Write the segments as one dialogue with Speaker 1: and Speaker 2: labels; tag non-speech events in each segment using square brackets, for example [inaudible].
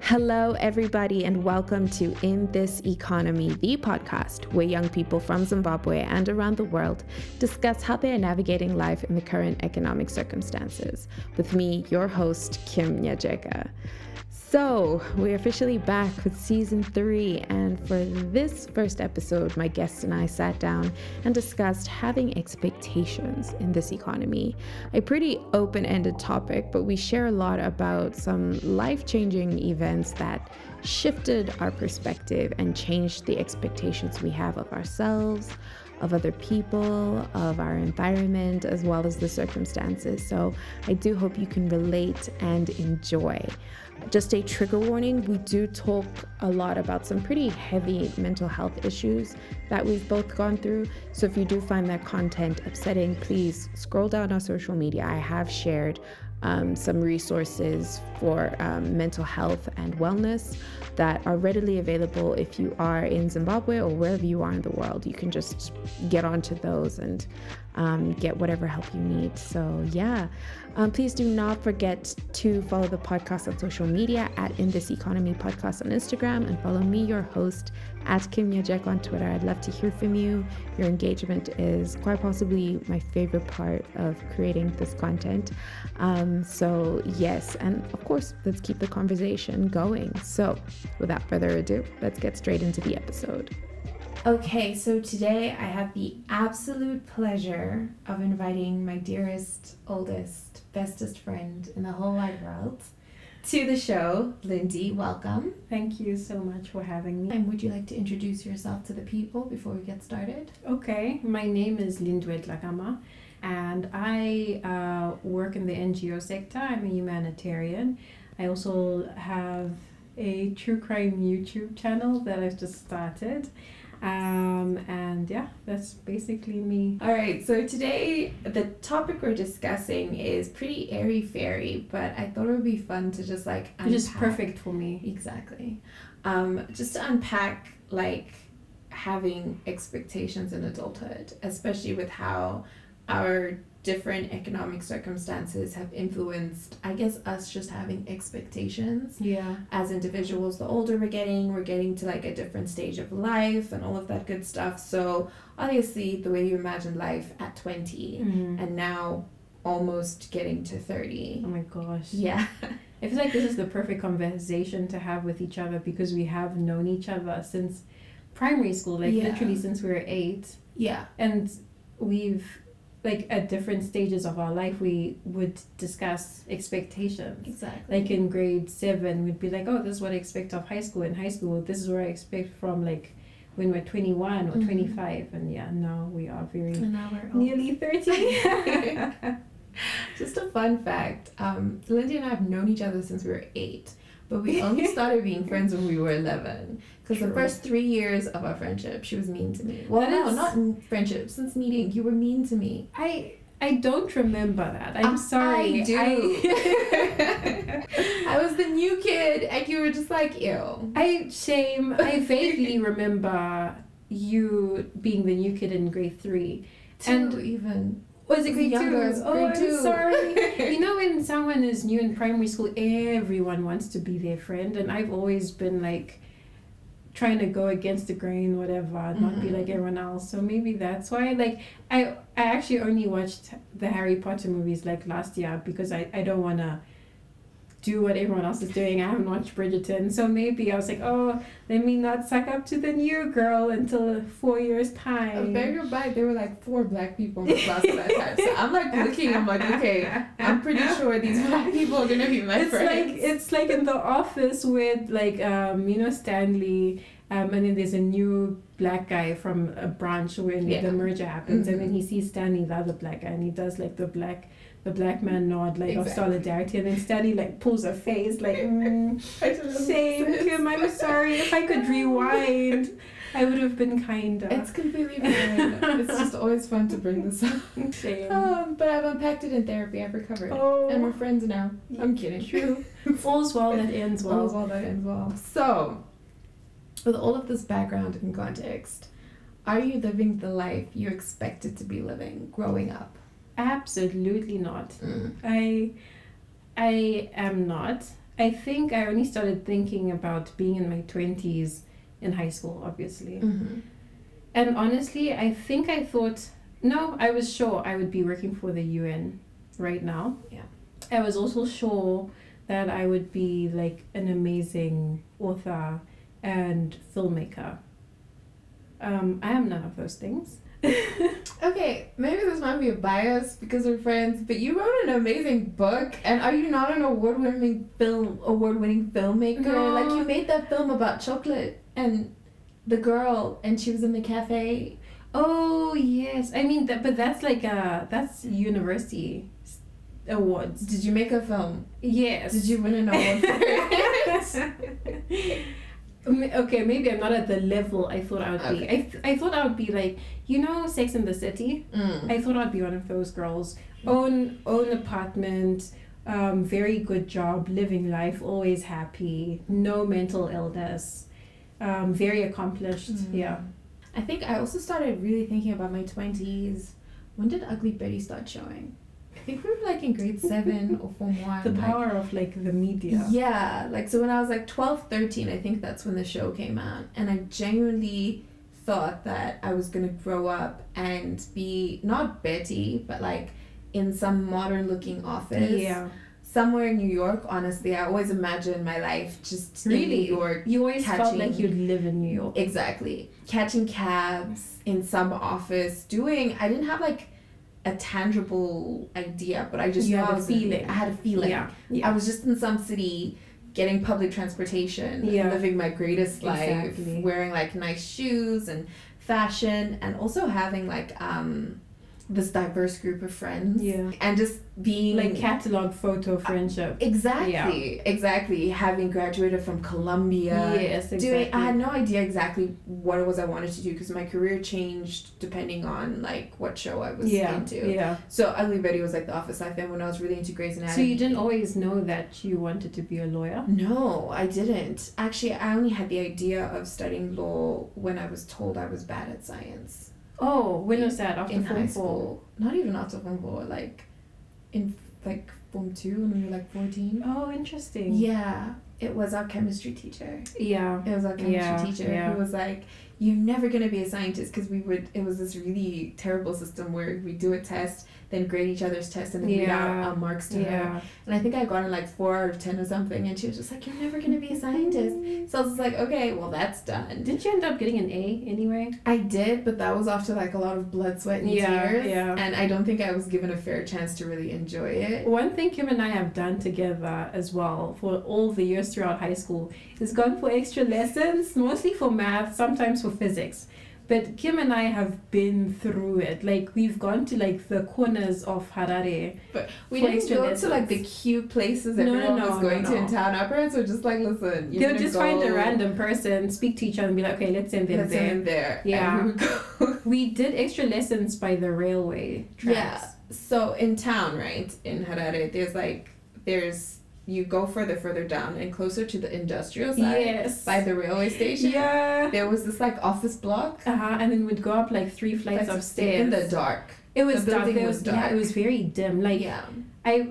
Speaker 1: Hello, everybody, and welcome to In This Economy, the podcast where young people from Zimbabwe and around the world discuss how they are navigating life in the current economic circumstances. With me, your host, Kim Nyajeka. So, we're officially back with season three, and for this first episode, my guest and I sat down and discussed having expectations in this economy. A pretty open ended topic, but we share a lot about some life changing events that shifted our perspective and changed the expectations we have of ourselves, of other people, of our environment, as well as the circumstances. So I do hope you can relate and enjoy. Just a trigger warning we do talk a lot about some pretty heavy mental health issues that we've both gone through. So if you do find that content upsetting, please scroll down our social media. I have shared. Um, some resources for um, mental health and wellness that are readily available if you are in Zimbabwe or wherever you are in the world. You can just get onto those and um, get whatever help you need. So, yeah, Um, please do not forget to follow the podcast on social media at In This Economy Podcast on Instagram and follow me, your host, at Kim Yajek on Twitter. I'd love to hear from you. Your engagement is quite possibly my favorite part of creating this content. Um, so, yes, and of course, let's keep the conversation going. So, without further ado, let's get straight into the episode. Okay, so today I have the absolute pleasure of inviting my dearest, oldest, bestest friend in the whole wide world to the show. Lindy, welcome.
Speaker 2: Thank you so much for having me.
Speaker 1: And would you like to introduce yourself to the people before we get started?
Speaker 2: Okay, my name is Lindwet Lagama and I uh, work in the NGO sector. I'm a humanitarian. I also have a true crime YouTube channel that I've just started. Um, and yeah, that's basically me.
Speaker 1: All right, so today the topic we're discussing is pretty airy fairy, but I thought it would be fun to just like
Speaker 2: unpack. Just perfect for me.
Speaker 1: Exactly. Um, just to unpack like having expectations in adulthood, especially with how our different economic circumstances have influenced i guess us just having expectations
Speaker 2: yeah
Speaker 1: as individuals the older we're getting we're getting to like a different stage of life and all of that good stuff so obviously the way you imagine life at 20 mm-hmm. and now almost getting to 30
Speaker 2: oh my gosh
Speaker 1: yeah
Speaker 2: i feel like this is the perfect conversation to have with each other because we have known each other since primary school like yeah. literally since we were eight
Speaker 1: yeah
Speaker 2: and we've like at different stages of our life we would discuss expectations
Speaker 1: exactly
Speaker 2: like in grade seven we'd be like oh this is what i expect of high school in high school this is what i expect from like when we're 21 or mm-hmm. 25 and yeah now we are very [laughs] nearly [laughs] 30
Speaker 1: [laughs] just a fun fact um, lindy and i have known each other since we were eight but we
Speaker 2: [laughs]
Speaker 1: only started being friends when we were 11 because the first three years of our friendship she was mean to me well that no is... not friendship since meeting you were mean to me
Speaker 2: i I don't remember that. I'm uh, sorry.
Speaker 1: I do. I...
Speaker 2: [laughs]
Speaker 1: I was the new kid, and you were just like, ew.
Speaker 2: I shame. I vaguely remember you being the new kid in grade three.
Speaker 1: Two and even.
Speaker 2: Was it grade
Speaker 1: two?
Speaker 2: Grade
Speaker 1: oh,
Speaker 2: two.
Speaker 1: [laughs]
Speaker 2: I'm sorry. [laughs] you know, when someone is new in primary school, everyone wants to be their friend, and I've always been like trying to go against the grain, whatever, not mm-hmm. be like everyone else. So maybe that's why. Like, I I actually only watched the Harry Potter movies like last year because I I don't wanna do what everyone else is doing. I haven't watched Bridgerton, so maybe I was like, oh, let me not suck up to the new girl until four years time. [laughs]
Speaker 1: Bear your bite. There were like four black people in the class at that time, so I'm like looking. I'm like, okay, I'm
Speaker 2: [laughs]
Speaker 1: pretty sure these black people are gonna be my
Speaker 2: it's
Speaker 1: friends.
Speaker 2: Like, it's like in the office with like um, you know Stanley. Um, and then there's a new black guy from a branch when yeah. the merger happens, mm-hmm. and then he sees Stanley, the other black guy, and he does like the black the black man nod like exactly. of solidarity and then Stanley like pulls her face [laughs] like mm, shame Kim [laughs] I'm sorry if I could rewind I would have been kinder
Speaker 1: it's completely fine it's just always fun to bring this up
Speaker 2: shame
Speaker 1: [laughs] um, but I've unpacked it in therapy I've recovered
Speaker 2: oh.
Speaker 1: and we're friends now I'm kidding
Speaker 2: [laughs] true all's well that ends well
Speaker 1: all's well that ends well so with all of this background and context are you living the life you expected to be living growing up
Speaker 2: Mm-hmm. absolutely not mm. i i am not I think I only started thinking about being in my 20s in high school, obviously.
Speaker 3: Mm.
Speaker 1: Mm-hmm.
Speaker 2: And honestly, I think I thought, no, I was sure I would be working for the UN right now.
Speaker 1: Yeah.
Speaker 2: I was also sure that I would be like an amazing author and filmmaker. Um, I am none of those things. [laughs]
Speaker 3: Okay, maybe this might be a bias because we're friends, but you wrote an amazing book, and are you not an award-winning film award-winning filmmaker?
Speaker 2: No.
Speaker 3: Like you made that film about chocolate and the girl, and she was in the cafe.
Speaker 2: Oh yes, I mean that, but that's like uh that's university s- awards.
Speaker 3: Did you make a film?
Speaker 2: Yes.
Speaker 3: Did you win an award for [laughs] it?
Speaker 2: [laughs] M- okay, maybe I'm not at the level I thought I would be. I, th- I thought I would be like, you know, Sex in the City?
Speaker 3: Mm.
Speaker 2: I thought I'd be one of those girls. Own own apartment, um, very good job, living life, always happy, no mental illness, um, very accomplished.
Speaker 3: Mm.
Speaker 2: Yeah.
Speaker 3: I think I also started really thinking about my twenties. When did Ugly Betty start showing? I think we were like in grade seven or form one.
Speaker 2: The
Speaker 3: like-
Speaker 2: power of like the media.
Speaker 3: Yeah, like so when I was like 12, 13, I think that's when the show came out. And I genuinely thought that I was going to grow up and be not Betty, but like in some modern looking office.
Speaker 2: Yeah.
Speaker 3: Somewhere in New York, honestly. I always imagined my life just in
Speaker 2: Really?
Speaker 3: New York.
Speaker 2: You always felt
Speaker 3: Catching-
Speaker 2: like you'd live in New York.
Speaker 3: Exactly. Catching cabs in some office, doing. I didn't have like a tangible idea, but I just
Speaker 2: You
Speaker 3: knew
Speaker 2: had
Speaker 3: I
Speaker 2: a
Speaker 3: was in-
Speaker 2: feeling.
Speaker 3: I had a feeling.
Speaker 2: Yeah.
Speaker 3: I was just in some city getting public transportation, and
Speaker 2: Yeah.
Speaker 3: living my greatest life,
Speaker 2: Exactly.
Speaker 3: wearing like nice shoes and fashion, and also having like um, this diverse group of friends.
Speaker 2: Yeah. Uh,
Speaker 3: And just being
Speaker 2: Like catalog photo friendship.
Speaker 3: Exactly, exactly. Having graduated from Columbia.
Speaker 2: Yes, exactly.
Speaker 3: Doing, I had no idea exactly what it was I wanted to do because my career changed depending on like what show I was
Speaker 2: yeah,
Speaker 3: into.
Speaker 2: yeah.
Speaker 3: So Ugly Betty was like the office life, and when I was really into Grey's Anatomy.
Speaker 2: So you didn't always know that you wanted to be a lawyer.
Speaker 3: No, I didn't. Actually, I only had the idea of studying law when I was told I was bad at science
Speaker 2: Oh, when was that? After
Speaker 3: in high
Speaker 2: form four.
Speaker 3: school. Not even after form four, like in like form two when we were like fourteen.
Speaker 2: Oh, interesting.
Speaker 3: Yeah, it was our chemistry teacher.
Speaker 2: Yeah.
Speaker 3: It was our chemistry
Speaker 2: Yeah,
Speaker 3: teacher
Speaker 2: yeah.
Speaker 3: who was like, "You're never gonna be a scientist," because we would. It was this really terrible system where we do a test, then grade each other's tests, and then read out
Speaker 2: Yeah,
Speaker 3: our marks to her.
Speaker 2: Yeah.
Speaker 3: And I think I got in like four out of ten or something, and she was just like, "You're never gonna be a scientist." So I was just like, "Okay, well that's done."
Speaker 2: Didn't you end up getting an A anyway?
Speaker 3: I did, but that was after like a lot of blood, sweat, and
Speaker 2: Yeah,
Speaker 3: tears.
Speaker 2: yeah.
Speaker 3: And I don't think I was given a fair chance to really enjoy it.
Speaker 2: One thing Kim and I have done together as well for all the years throughout high school is gone for extra lessons, mostly for math, sometimes for physics. But Kim and I have been through it. Like we've gone to like the corners of Harare.
Speaker 3: But we
Speaker 2: For
Speaker 3: didn't
Speaker 2: extra
Speaker 3: go to
Speaker 2: lessons.
Speaker 3: like the cute places
Speaker 2: No, no,
Speaker 3: everyone
Speaker 2: no,
Speaker 3: was going
Speaker 2: no,
Speaker 3: to
Speaker 2: no.
Speaker 3: in town. Our parents were just like, "Listen, you're
Speaker 2: They'll
Speaker 3: gonna
Speaker 2: just
Speaker 3: go,
Speaker 2: find a
Speaker 3: [laughs]
Speaker 2: random person, speak to each other, and be like, okay, let's send them
Speaker 3: Let's
Speaker 2: there.
Speaker 3: end there.
Speaker 2: Yeah.
Speaker 3: And we would go. [laughs]
Speaker 2: We did extra lessons by the railway tracks.
Speaker 3: yeah. So in town, right in Harare, there's like there's you go further, further down, and closer to the industrial side
Speaker 2: Yes.
Speaker 3: by the railway station.
Speaker 2: yeah.
Speaker 3: There was this like office block.
Speaker 2: Uh-huh, and then we'd go up like three flights
Speaker 3: like,
Speaker 2: upstairs.
Speaker 3: in the dark.
Speaker 2: it was
Speaker 3: the
Speaker 2: dark.
Speaker 3: building
Speaker 2: It
Speaker 3: was
Speaker 2: was Yeah, it
Speaker 3: dark.
Speaker 2: was very dim. Like
Speaker 3: Yeah.
Speaker 2: I,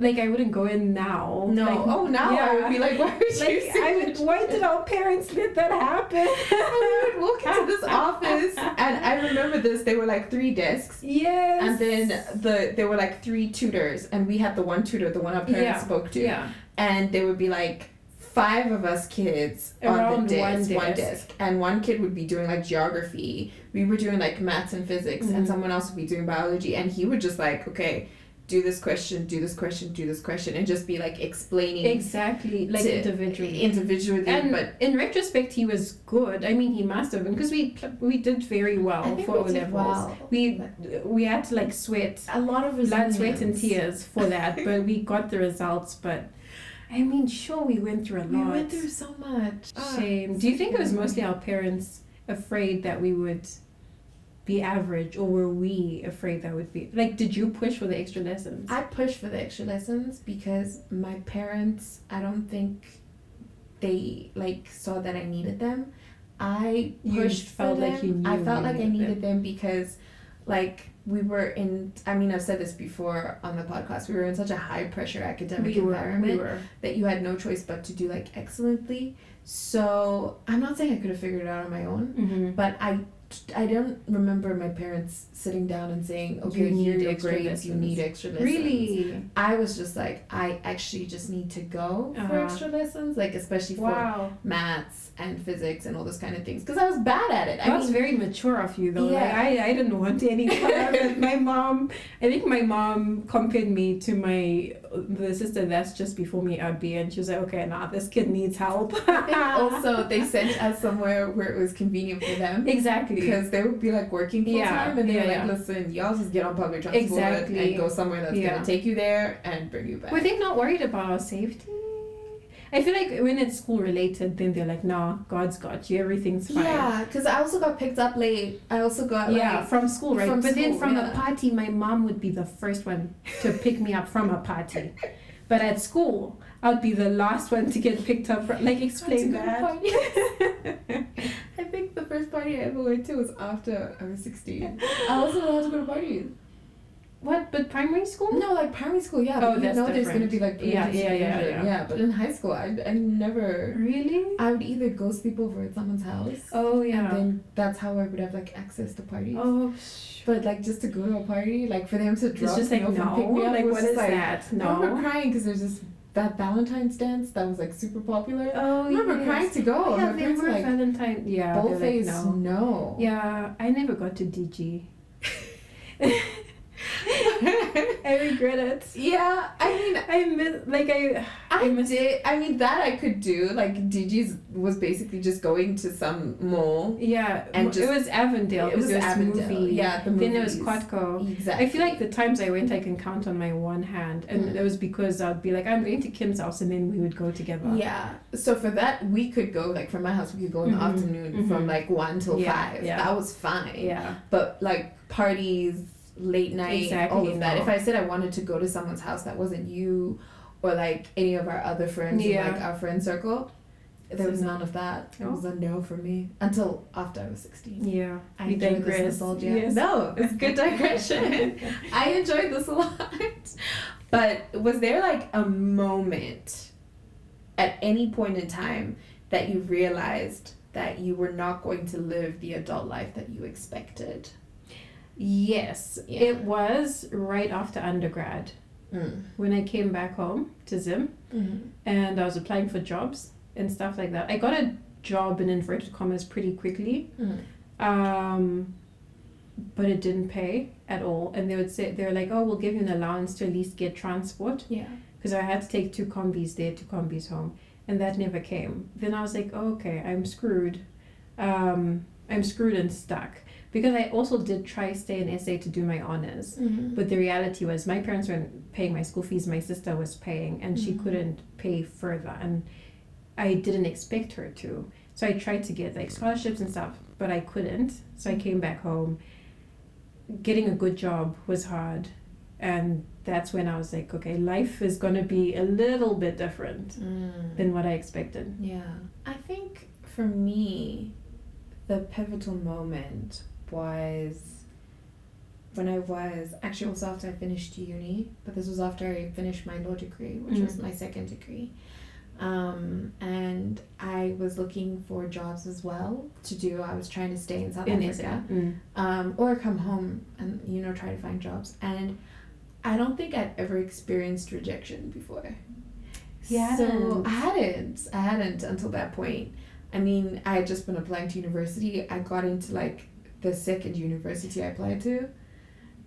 Speaker 2: like I wouldn't go in now.
Speaker 3: No.
Speaker 2: Like,
Speaker 3: oh, now I would be like, why would
Speaker 2: [laughs]
Speaker 3: you?
Speaker 2: like
Speaker 3: see
Speaker 2: I would.
Speaker 3: that?
Speaker 2: Why did our parents let that
Speaker 3: [laughs]
Speaker 2: happen?
Speaker 3: And we would walk into this office, and I remember this. There were like three desks,
Speaker 2: yes.
Speaker 3: and then the there were like three tutors, and we had the one tutor, the one our parents
Speaker 2: Yeah.
Speaker 3: spoke to.
Speaker 2: yeah,
Speaker 3: and there would be like five of us kids on
Speaker 2: Around
Speaker 3: the desk,
Speaker 2: one
Speaker 3: one
Speaker 2: desk.
Speaker 3: desk, and one kid would be doing like geography. We were doing like maths and physics, and
Speaker 2: Mhm.
Speaker 3: someone else would be doing biology, and he would just like, okay, do this question, do this question, do this question, and just be like explaining
Speaker 2: exactly. Like
Speaker 3: to-
Speaker 2: individually.
Speaker 3: individually,
Speaker 2: and
Speaker 3: but.
Speaker 2: in retrospect, he was good. I mean, he must have been because we pl- we did very well
Speaker 3: I think
Speaker 2: for O
Speaker 3: we did
Speaker 2: levels.
Speaker 3: well.
Speaker 2: We we had to like sweat
Speaker 3: A lot of
Speaker 2: blood, sweat, and
Speaker 3: resilience.
Speaker 2: tears for that, but we got the results. But I mean, sure, we went through a
Speaker 3: We
Speaker 2: lot.
Speaker 3: went through so much.
Speaker 2: Shame. Do you think it was mostly our parents afraid that we would be average, or were we afraid that would be like? Did you push for the extra lessons?
Speaker 3: Ah, I pushed for the extra lessons because my parents, I don't think they like saw that I needed them. I
Speaker 2: You
Speaker 3: pushed
Speaker 2: felt
Speaker 3: for them.
Speaker 2: like you
Speaker 3: I
Speaker 2: knew
Speaker 3: felt
Speaker 2: you
Speaker 3: like I
Speaker 2: needed
Speaker 3: needed them because like we were in i mean i've said this before on the podcast we were in such a high pressure academic
Speaker 2: we were,
Speaker 3: environment
Speaker 2: we were.
Speaker 3: that you had no choice but to do like excellently so i'm not saying i could have figured it out on my own
Speaker 2: Mm-hmm.
Speaker 3: but i i don't remember my parents sitting down and saying okay
Speaker 2: You
Speaker 3: here
Speaker 2: need
Speaker 3: are your
Speaker 2: extra
Speaker 3: grades you
Speaker 2: lessons."
Speaker 3: need extra lessons
Speaker 2: Really?
Speaker 3: i was just like i actually just need to go for
Speaker 2: Uh-huh.
Speaker 3: extra lessons like especially for
Speaker 2: Wow.
Speaker 3: maths and physics and all those kind of things because i was bad at it
Speaker 2: That
Speaker 3: i
Speaker 2: was
Speaker 3: mean
Speaker 2: very mature of you, though. Like,
Speaker 3: Yeah.
Speaker 2: I, I didn't want any part of it. My mom, I think my mom compared me to my the sister that's just before me at B, and she was like, "Okay, nah, this kid needs help." [laughs]
Speaker 3: I think also they sent us somewhere where it was convenient for them
Speaker 2: [laughs] exactly.
Speaker 3: because they would be like working full
Speaker 2: Yeah,
Speaker 3: time and they're
Speaker 2: yeah,
Speaker 3: like, listen, y'all just get on public transport
Speaker 2: Exactly.
Speaker 3: and go somewhere that's
Speaker 2: Yeah.
Speaker 3: gonna take you there and bring you back.
Speaker 2: Were they not worried about our safety? I feel like when it's school related, then they're like, "Nah, God's got you. Everything's fine."
Speaker 3: yeah, because I also got picked up late. I also got
Speaker 2: Yeah,
Speaker 3: like,
Speaker 2: from school, right?
Speaker 3: From
Speaker 2: but then
Speaker 3: school,
Speaker 2: from
Speaker 3: yeah.
Speaker 2: a party, my mom would be the first one to pick me up from a party. But at school, I'd be the last one to get picked up from. Like, explain
Speaker 3: I
Speaker 2: that.
Speaker 3: had to go to parties. [laughs] I think the first party I ever went to was after I was
Speaker 2: [gasps]
Speaker 3: sixteen. I wasn't allowed to go to parties.
Speaker 2: What? But primary school?
Speaker 3: No, like primary school, yeah.
Speaker 2: Oh,
Speaker 3: but you
Speaker 2: that's
Speaker 3: know there's gonna
Speaker 2: different.
Speaker 3: be like
Speaker 2: Yeah,
Speaker 3: parental
Speaker 2: yeah, yeah,
Speaker 3: supervision,
Speaker 2: yeah.
Speaker 3: But in high school, I I never.
Speaker 2: Really?
Speaker 3: I would either go sleep over at someone's house,
Speaker 2: Oh
Speaker 3: and then that's how I would have like access to parties.
Speaker 2: Oh. sh-
Speaker 3: But like just to go to a party, like for them to drop
Speaker 2: It's just
Speaker 3: me
Speaker 2: like
Speaker 3: off and pick me
Speaker 2: no.
Speaker 3: up
Speaker 2: Like
Speaker 3: was
Speaker 2: what
Speaker 3: just,
Speaker 2: is
Speaker 3: like,
Speaker 2: that?
Speaker 3: I remember
Speaker 2: No.
Speaker 3: crying because there's this that Valentine's dance that was like super popular.
Speaker 2: Oh
Speaker 3: I remember
Speaker 2: yes.
Speaker 3: crying to go.
Speaker 2: Oh,
Speaker 3: My
Speaker 2: yeah, they
Speaker 3: parents
Speaker 2: were
Speaker 3: were like,
Speaker 2: Valentine. Yeah. they're like,
Speaker 3: "Boldface,
Speaker 2: no.
Speaker 3: no. [laughs]
Speaker 2: Yeah, I never got to DG. I regret it.
Speaker 3: yeah. I mean,
Speaker 2: I miss like I.
Speaker 3: I
Speaker 2: I miss-
Speaker 3: did. I mean, that I could do. Like, Digi's was basically just going to some mall.
Speaker 2: Yeah,
Speaker 3: And
Speaker 2: and
Speaker 3: just-
Speaker 2: it was Avondale.
Speaker 3: it was
Speaker 2: this
Speaker 3: Avondale.
Speaker 2: Movie.
Speaker 3: Yeah, the
Speaker 2: then there was
Speaker 3: movies.
Speaker 2: Quatco.
Speaker 3: Exactly.
Speaker 2: I feel like the times I went, I can count on my one hand, and
Speaker 3: Mm.
Speaker 2: it was because I'd be like, I'm going to Kim's house, and then we would go together.
Speaker 3: Yeah. So for that, we could go like from my house. We could go in
Speaker 2: Mhm,
Speaker 3: the afternoon from
Speaker 2: mhm.
Speaker 3: like one till
Speaker 2: Yeah,
Speaker 3: five.
Speaker 2: yeah.
Speaker 3: That was fine.
Speaker 2: yeah,
Speaker 3: But like parties, late night, all
Speaker 2: Exactly,
Speaker 3: of that.
Speaker 2: no.
Speaker 3: If I said I wanted to go to someone's house that wasn't you, or like any of our other friends, in,
Speaker 2: Yeah.
Speaker 3: like our friend circle, there
Speaker 2: So
Speaker 3: was
Speaker 2: no.
Speaker 3: none of that. It
Speaker 2: No?
Speaker 3: was a no for me until after I was sixteen.
Speaker 2: yeah.
Speaker 3: I
Speaker 2: We
Speaker 3: enjoyed this
Speaker 2: digress.
Speaker 3: nostalgia.
Speaker 2: Yes.
Speaker 3: No, it's good digression. [laughs] I enjoyed this a lot. But was there like a moment at any point in time that you realized that you were not going to live the adult life that you expected?
Speaker 2: Yes,
Speaker 3: Yeah.
Speaker 2: it was right after undergrad
Speaker 3: Mm.
Speaker 2: when I came back home to Zim, and I was applying for jobs and stuff like that. I got a job in inverted commas pretty quickly.
Speaker 3: Mm.
Speaker 2: um, but it didn't pay at all. And they would say they were like, "Oh, we'll give you an allowance to at least get transport,"
Speaker 3: Yeah.
Speaker 2: because I had to take two combis there, two combis home, and that never came. Then I was like, oh, "Okay, I'm screwed. Um, I'm screwed and stuck." Because I also did try stay in SA to do my honors. But the reality was, my parents weren't paying my school fees. My sister was paying, and she
Speaker 3: Mhm.
Speaker 2: couldn't pay further, and I didn't expect her to. So I tried to get like scholarships and stuff, but I couldn't. So I came back home. Getting a good job was hard, and that's when I was like, okay, life is gonna be a little bit different than what I expected.
Speaker 3: Yeah. I think for me, the pivotal moment was when I was actually also after I finished uni, but this was after I finished my law degree, which
Speaker 2: Mm.
Speaker 3: was my second degree. Um, and I was looking for jobs as well to do. I was trying to stay in South
Speaker 2: In
Speaker 3: Africa
Speaker 2: SA. Mm.
Speaker 3: um, or come home and you know try to find jobs and i don't think i'd ever experienced rejection before
Speaker 2: You
Speaker 3: so
Speaker 2: hadn't.
Speaker 3: i hadn't i hadn't until that point i mean i had just been applying to university i got into like the second university i applied to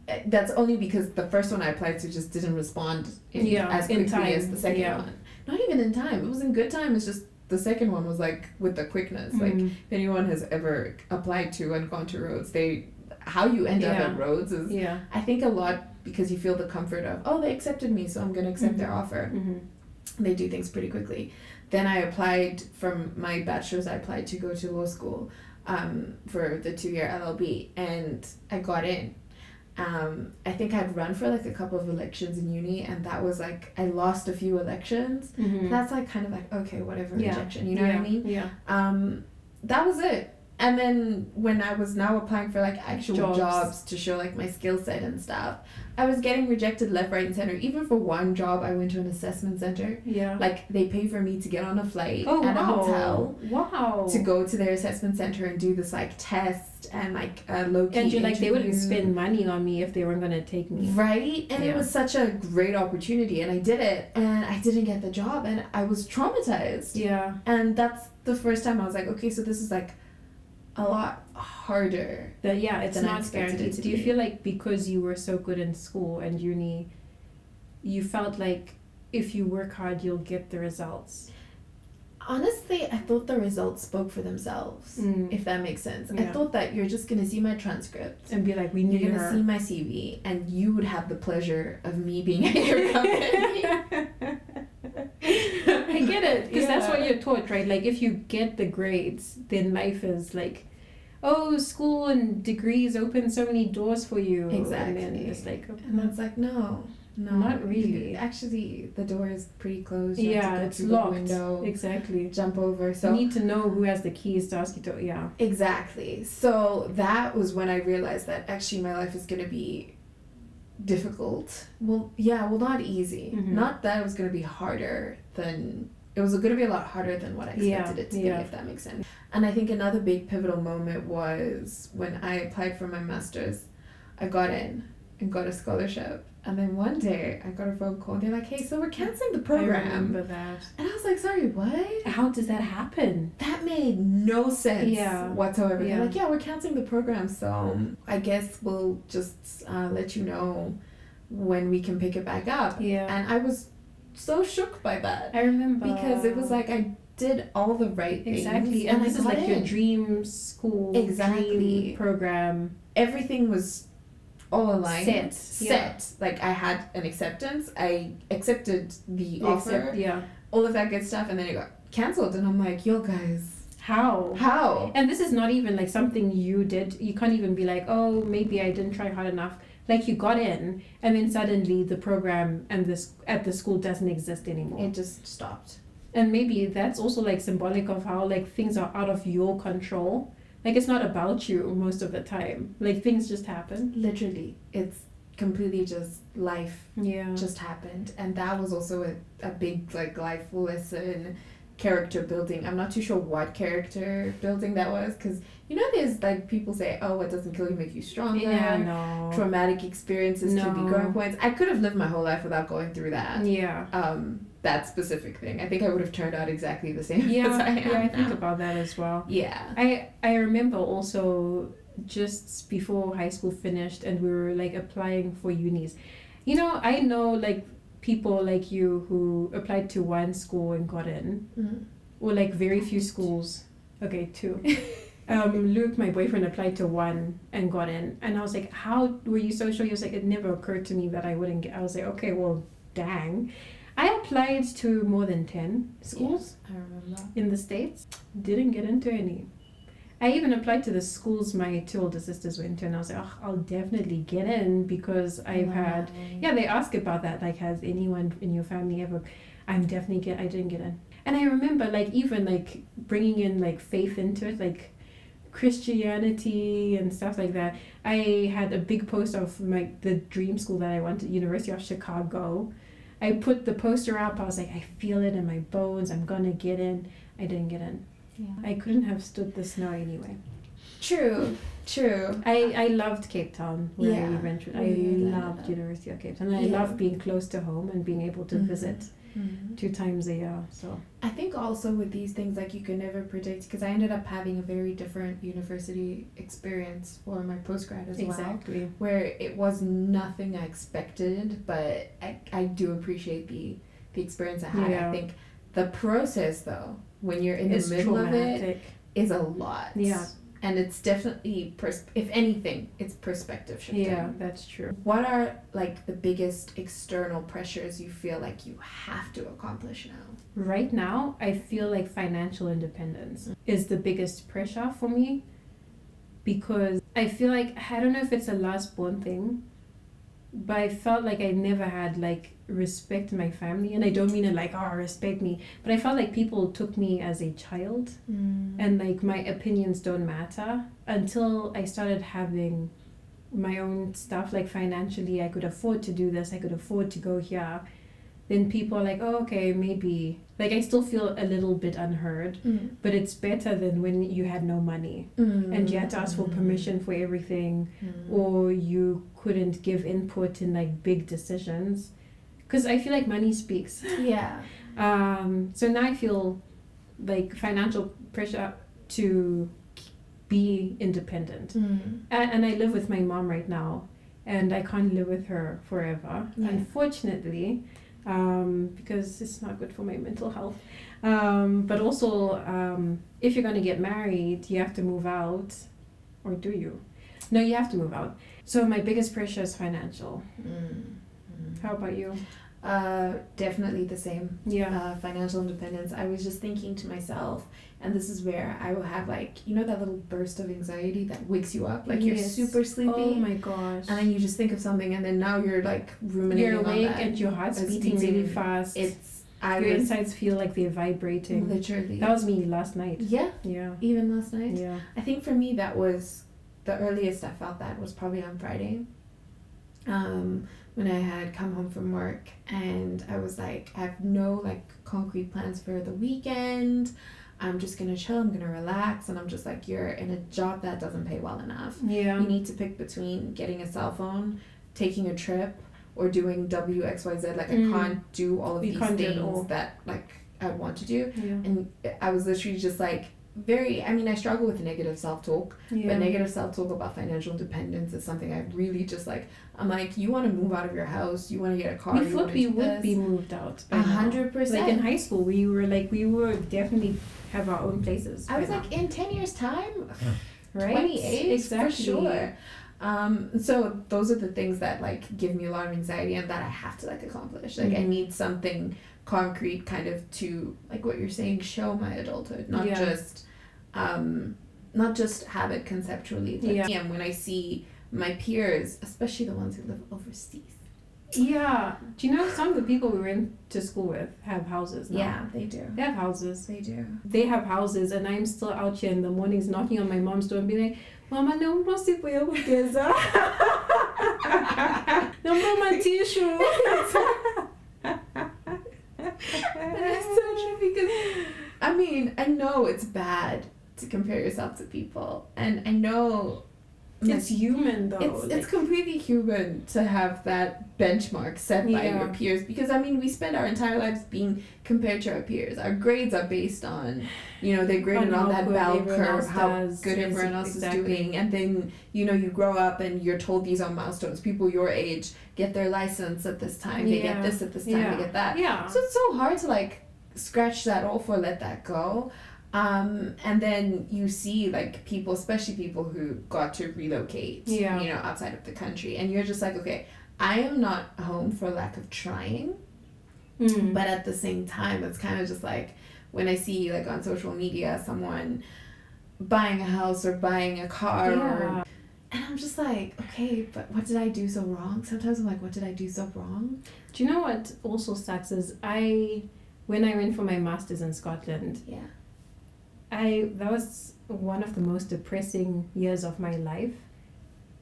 Speaker 3: Uh, that's only because the first one i applied to just didn't respond in,
Speaker 2: Yeah,
Speaker 3: as
Speaker 2: in
Speaker 3: quickly as
Speaker 2: time,
Speaker 3: the second
Speaker 2: yeah.
Speaker 3: one not even in time it was in good time it's just the second one was like with the quickness like
Speaker 2: Mm.
Speaker 3: if anyone has ever applied to and gone to Rhodes, they how you end up
Speaker 2: Yeah.
Speaker 3: at Rhodes is
Speaker 2: yeah.
Speaker 3: I think a lot because you feel the comfort of oh they accepted me so I'm gonna accept their offer.
Speaker 2: hmm
Speaker 3: They do things pretty quickly. Then I applied from my bachelor's. I applied to go to law school um, for the two year LLB and I got in. Um, I think I'd run for like a couple of elections in uni and that was like I lost a few elections.
Speaker 2: hmm
Speaker 3: That's like kind of like okay whatever
Speaker 2: Yeah.
Speaker 3: rejection you know
Speaker 2: yeah.
Speaker 3: what I mean
Speaker 2: Yeah.
Speaker 3: um, that was it. and then when I was now applying for like actual
Speaker 2: Jobs.
Speaker 3: jobs, to show like my skill set and stuff, I was getting rejected left, right, and center. Even for one job, I went to an assessment center.
Speaker 2: Yeah.
Speaker 3: Like they pay for me to get on a flight
Speaker 2: oh
Speaker 3: at
Speaker 2: wow.
Speaker 3: a hotel
Speaker 2: Wow.
Speaker 3: to go to their assessment center and do this like test and like uh, a low key.
Speaker 2: and you're like they wouldn't spend money on me if they weren't gonna take me.
Speaker 3: Right? And
Speaker 2: Yeah.
Speaker 3: it was such a great opportunity, and I did it, and I didn't get the job, and I was traumatized.
Speaker 2: Yeah.
Speaker 3: And that's the first time I was like, okay, so this is like a lot harder.
Speaker 2: That yeah, it's
Speaker 3: Than I
Speaker 2: not
Speaker 3: expected it
Speaker 2: guaranteed.
Speaker 3: to
Speaker 2: Do you
Speaker 3: be.
Speaker 2: feel like because you were so good in school and uni, you felt like if you work hard you'll get the results?
Speaker 3: Honestly, I thought the results spoke for themselves,
Speaker 2: Mm.
Speaker 3: if that makes sense.
Speaker 2: Yeah.
Speaker 3: I thought that you're just gonna see my transcript.
Speaker 2: And be like, we
Speaker 3: You're
Speaker 2: knew
Speaker 3: gonna see
Speaker 2: her.
Speaker 3: my CV, and you would have the pleasure of me being [laughs] at your [laughs] company.
Speaker 2: I get it because that's what
Speaker 3: Yeah.
Speaker 2: you're taught, right? Like if you get the grades, then life is like, oh, school and degrees open so many doors for you. And then
Speaker 3: Exactly.
Speaker 2: it's like,
Speaker 3: And that's like, no, no,
Speaker 2: Not really.
Speaker 3: You- actually, the door is pretty closed. You have to
Speaker 2: yeah,
Speaker 3: go
Speaker 2: it's
Speaker 3: through the
Speaker 2: locked.
Speaker 3: window,
Speaker 2: Exactly.
Speaker 3: jump over.
Speaker 2: So
Speaker 3: So
Speaker 2: you need to know who has the keys to ask you to. Yeah.
Speaker 3: exactly. So that was when I realized that actually my life is gonna be difficult. Well, yeah, well, not easy.
Speaker 2: Mhm.
Speaker 3: Not that it was gonna be harder than it was gonna be a lot harder than what I
Speaker 2: Yeah,
Speaker 3: expected it to
Speaker 2: yeah.
Speaker 3: be, if that makes sense. And I think another big pivotal moment was when I applied for my master's. I got in and got a scholarship. And then one day I got a phone call and they're like, hey, so we're canceling the
Speaker 2: I
Speaker 3: program.
Speaker 2: remember that.
Speaker 3: And I was like, sorry, what?
Speaker 2: How does that happen?
Speaker 3: That made no sense
Speaker 2: Yeah.
Speaker 3: whatsoever.
Speaker 2: Yeah.
Speaker 3: They're like, yeah, we're canceling the program. So I guess we'll just uh, let you know when we can pick it back up.
Speaker 2: Yeah.
Speaker 3: And I was so shook by that
Speaker 2: I remember.
Speaker 3: because it was like I did all the right things.
Speaker 2: Exactly. And, this is
Speaker 3: got
Speaker 2: like your
Speaker 3: in.
Speaker 2: dream school,
Speaker 3: Exactly.
Speaker 2: dream program.
Speaker 3: everything was all aligned.
Speaker 2: Set,
Speaker 3: Set. Like I had an acceptance. I accepted the offer.
Speaker 2: Except, yeah.
Speaker 3: All of that good stuff, and then it got cancelled. And I'm like, yo guys,
Speaker 2: How?
Speaker 3: how?
Speaker 2: And this is not even like something you did. You can't even be like, oh, maybe I didn't try hard enough. Like you got in, and then suddenly the program and this at the school doesn't exist anymore.
Speaker 3: It just stopped.
Speaker 2: And maybe that's also like symbolic of how like things are out of your control. Like it's not about you most of the time. Like things just happen.
Speaker 3: Literally, it's completely just life
Speaker 2: Yeah.
Speaker 3: just happened, and that was also a, a big like life lesson. Character building. I'm not too sure what character building that was because you know, there's like people say, Oh, what doesn't kill you make you stronger.
Speaker 2: Yeah. No.
Speaker 3: traumatic experiences to be
Speaker 2: No.
Speaker 3: growing points. I could have lived my whole life without going through that. [laughs]
Speaker 2: Yeah.
Speaker 3: Um, that specific thing. I think I would have turned out exactly the same [laughs] as I
Speaker 2: Yeah.
Speaker 3: am
Speaker 2: Yeah. I
Speaker 3: now.
Speaker 2: think about that as well.
Speaker 3: yeah.
Speaker 2: I I remember also just before high school finished and we were like applying for unis. You know, I know like people like you who applied to one school and got in,
Speaker 3: Mm.
Speaker 2: or like very few schools. Okay, [laughs] two. Um, Luke, my boyfriend, applied to one and got in, and I was like, "How were you so sure?" He was like, "It never occurred to me that I wouldn't get." I was like, "Okay, well, dang." I applied to more than ten schools
Speaker 3: I remember.
Speaker 2: in the States. Didn't get into any. I even applied to the schools my two older sisters went to, and I was like, oh, I'll definitely get in because I've had. Yeah, they ask about that. Like, has anyone in your family ever? I'm definitely get. I didn't get in, and I remember like even like bringing in like faith into it, like Christianity and stuff like that. I had a big post of my the dream school that I wanted, University of Chicago. I put the poster up. I was like, I feel it in my bones. I'm gonna get in. I didn't get in. I couldn't have stood the snow anyway.
Speaker 3: True. True.
Speaker 2: I, I loved Cape Town where
Speaker 3: Yeah,
Speaker 2: we ventured. I
Speaker 3: where you landed
Speaker 2: loved
Speaker 3: up.
Speaker 2: University of Cape Town. I
Speaker 3: Yeah.
Speaker 2: love being close to home and being able to
Speaker 3: Mhm.
Speaker 2: visit two times a year. So
Speaker 3: I think also with these things, like you can never predict, because I ended up having a very different university experience for my postgrad as well.
Speaker 2: exactly.
Speaker 3: where it was nothing I expected, but I, I do appreciate the the experience I had.
Speaker 2: Yeah.
Speaker 3: I think the process though, when you're in
Speaker 2: It's
Speaker 3: the middle of it,
Speaker 2: traumatic.
Speaker 3: is a lot.
Speaker 2: Yeah.
Speaker 3: And it's definitely pers- if anything, it's perspective shifting.
Speaker 2: Yeah, that's true.
Speaker 3: What are like the biggest external pressures you feel like you have to accomplish now?
Speaker 2: Right now, I feel like financial independence is the biggest pressure for me because I feel like I don't know if it's a last born thing, but I felt like I never had like respect in my family, and I don't mean it like oh respect me, but I felt like people took me as a child, and like my opinions don't matter until I started having my own stuff. Like financially, I could afford to do this. I could afford to go here. Then people are like, oh okay, maybe like I still feel a little bit unheard,
Speaker 3: Mm.
Speaker 2: but it's better than when you had no money and you had to ask for permission for everything
Speaker 3: Mm.
Speaker 2: or you couldn't give input in like big decisions because i feel like money speaks
Speaker 3: Yeah.
Speaker 2: um, so now i feel like financial pressure to be independent
Speaker 3: Mm.
Speaker 2: and, and i live with my mom right now and i can't live with her forever
Speaker 3: Yeah.
Speaker 2: unfortunately um, because it's not good for my mental health um, but also um, if you're going to get married you have to move out or do you no you have to move out so my biggest pressure is financial
Speaker 3: Mm. Mm.
Speaker 2: how about you
Speaker 3: Uh, definitely the same.
Speaker 2: yeah
Speaker 3: uh, financial independence, I was just thinking to myself, and this is where I will have like, you know, that little burst of anxiety that wakes you up. Like
Speaker 2: Yes.
Speaker 3: you're super sleepy,
Speaker 2: oh my gosh
Speaker 3: and then you just think of something, and then now you're like ruminating
Speaker 2: you're awake
Speaker 3: on that.
Speaker 2: and your heart's
Speaker 3: It's
Speaker 2: beating
Speaker 3: beating.
Speaker 2: really fast
Speaker 3: it's I
Speaker 2: your
Speaker 3: was
Speaker 2: insides feel like they're vibrating
Speaker 3: literally
Speaker 2: that was me last night
Speaker 3: yeah,
Speaker 2: yeah
Speaker 3: even last night.
Speaker 2: yeah
Speaker 3: I think for me that was the earliest I felt that was probably on Friday. Um, when I had come home from work and I was like, I have no like concrete plans for the weekend. I'm just gonna chill, I'm gonna relax, and I'm just like, you're in a job that doesn't pay well enough.
Speaker 2: yeah
Speaker 3: You need to pick between getting a cell phone, taking a trip, or doing WXYZ. Like
Speaker 2: Mm.
Speaker 3: I can't do all of
Speaker 2: You
Speaker 3: these
Speaker 2: can't do it
Speaker 3: things
Speaker 2: all.
Speaker 3: that like I want to do.
Speaker 2: yeah
Speaker 3: And I was literally just like very I mean, I struggle with negative self talk.
Speaker 2: yeah
Speaker 3: But negative self talk about financial dependence is something I really just like. I'm like, you want to move out of your house, you want to get a car.
Speaker 2: we
Speaker 3: you
Speaker 2: thought
Speaker 3: wanna
Speaker 2: we
Speaker 3: do
Speaker 2: would be
Speaker 3: this.
Speaker 2: moved out. by
Speaker 3: a
Speaker 2: now.
Speaker 3: hundred
Speaker 2: Like in
Speaker 3: percent.
Speaker 2: high school, we were like we were definitely have our own places.
Speaker 3: I was
Speaker 2: by
Speaker 3: like, in ten years' time,
Speaker 2: now, right?
Speaker 3: twenty eight,
Speaker 2: exactly.
Speaker 3: for sure. Um, so those are the things that like give me a lot of anxiety and that I have to like accomplish. Like I
Speaker 2: Mhm.
Speaker 3: need something concrete, kind of to like what you're saying, show my adulthood, not
Speaker 2: Yeah.
Speaker 3: just, um, not just have it conceptually. But
Speaker 2: Yeah.
Speaker 3: yeah, when I see my peers, especially the ones who live overseas.
Speaker 2: Yeah. Do you know some of the people we went to school with have houses now?
Speaker 3: Yeah, they do.
Speaker 2: They have houses.
Speaker 3: They [laughs] do.
Speaker 2: They have houses, and I'm still out here in the mornings knocking on my mom's door and being like, "Mama, naomba sipo ya kugeza. Naomba matissue."
Speaker 3: And it's so true because, I mean, I know it's bad to compare yourself to people, and I know
Speaker 2: It's human though.
Speaker 3: it's, it's completely human to have that benchmark set by
Speaker 2: Yeah.
Speaker 3: your peers because I mean we spend our entire lives being compared to our peers. Our grades are based on, you know, they're graded
Speaker 2: On
Speaker 3: on,
Speaker 2: how
Speaker 3: that
Speaker 2: good
Speaker 3: bell
Speaker 2: everyone else
Speaker 3: curve, how
Speaker 2: does.
Speaker 3: good
Speaker 2: Yes,
Speaker 3: everyone else
Speaker 2: exactly.
Speaker 3: is doing, and then you know you grow up and you're told these are milestones. People your age get their license at this time, they
Speaker 2: Yeah.
Speaker 3: get this at this time,
Speaker 2: Yeah.
Speaker 3: they get that.
Speaker 2: yeah.
Speaker 3: So it's so hard to like scratch that off or let that go. Um, and then you see like people, especially people who got to relocate,
Speaker 2: Yeah.
Speaker 3: you know, outside of the country, and you're just like, okay, I am not home for lack of trying,
Speaker 2: Mm.
Speaker 3: but at the same time, it's kind of just like when I see like on social media someone buying a house or buying a car, or,
Speaker 2: yeah.
Speaker 3: and I'm just like, okay, but what did I do so wrong? Sometimes I'm like, what did I do so wrong?
Speaker 2: Do you know what also sucks is I when I went for my masters in Scotland,
Speaker 3: Yeah.
Speaker 2: I that was one of the most depressing years of my life.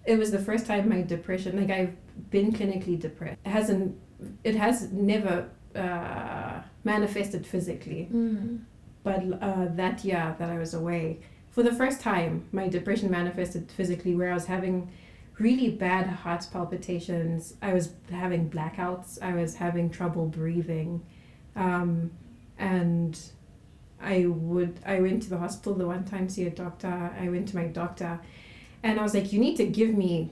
Speaker 2: It was the first time my depression, like I've been clinically depressed. It hasn't it has never uh, manifested physically,
Speaker 3: Mm.
Speaker 2: but uh, that year that I was away, for the first time my depression manifested physically where I was having really bad heart palpitations. I was having blackouts. I was having trouble breathing. Um, and I would, I went to the hospital the one time, see a doctor. I went to my doctor and I was like, you need to give me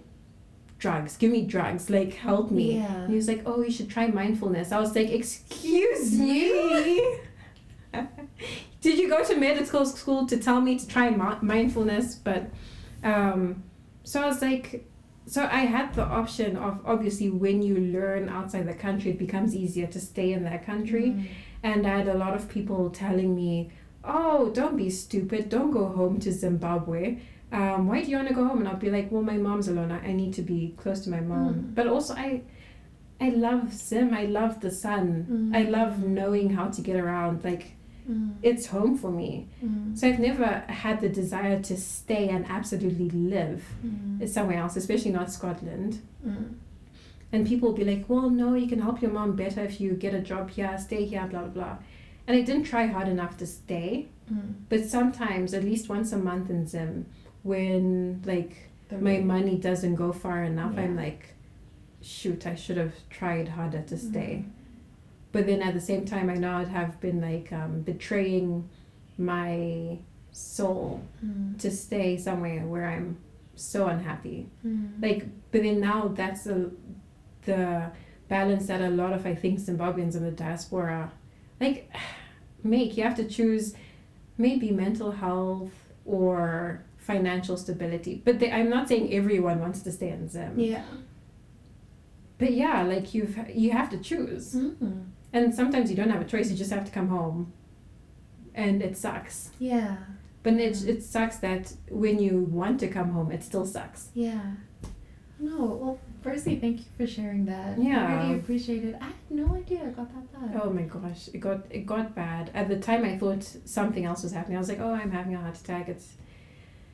Speaker 2: drugs. Give me drugs. Like, help me.
Speaker 3: Yeah.
Speaker 2: And he was like, oh, you should try mindfulness. I was like, excuse me. Did you go to medical school to tell me to try mi- mindfulness? But um, so I was like, so I had the option of obviously when you learn outside the country, it becomes easier to stay in that country.
Speaker 3: Mm.
Speaker 2: And I had a lot of people telling me, oh, don't be stupid, don't go home to Zimbabwe. um, why do you want to go home? And I'll be like, well, my mom's alone. I, I need to be close to my mom.
Speaker 3: Mm.
Speaker 2: But also, I, I love Sim. I love the sun.
Speaker 3: Mm.
Speaker 2: I love knowing how to get around. Like
Speaker 3: Mm-hmm.
Speaker 2: it's home for me. So I've never had the desire to stay and absolutely live somewhere else, especially not Scotland.
Speaker 3: Mm-hmm.
Speaker 2: And people will be like, well, no, you can help your mom better if you get a job here, stay here, blah blah blah. And I didn't try hard enough to stay. But sometimes, at least once a month in Zim, when like my money doesn't go far enough, I'm
Speaker 3: Yeah.
Speaker 2: like, shoot, I should have tried harder to stay.
Speaker 3: Mm-hmm.
Speaker 2: But then at the same time, I know I'd have been like um, betraying my soul to stay somewhere where I'm so unhappy.
Speaker 3: Mm-hmm.
Speaker 2: Like, but then now that's the the balance that a lot of I think Zimbabweans in the diaspora like [sighs] make. You have to choose maybe mental health or financial stability. But they, I'm not saying everyone wants to stay in Zim.
Speaker 3: yeah.
Speaker 2: But yeah, like you've you have to choose,
Speaker 3: Mm-hmm.
Speaker 2: and sometimes you don't have a choice. You just have to come home, and it sucks.
Speaker 3: Yeah.
Speaker 2: But it
Speaker 3: Mhm.
Speaker 2: it sucks that when you want to come home, it still sucks.
Speaker 3: Yeah. No, well, firstly, thank you for sharing that. I
Speaker 2: Yeah.
Speaker 3: really appreciate it. I had no idea I got that bad.
Speaker 2: Oh my gosh, it got it got bad. At the time, I thought something else was happening. I was like, oh, I'm having a heart attack. It's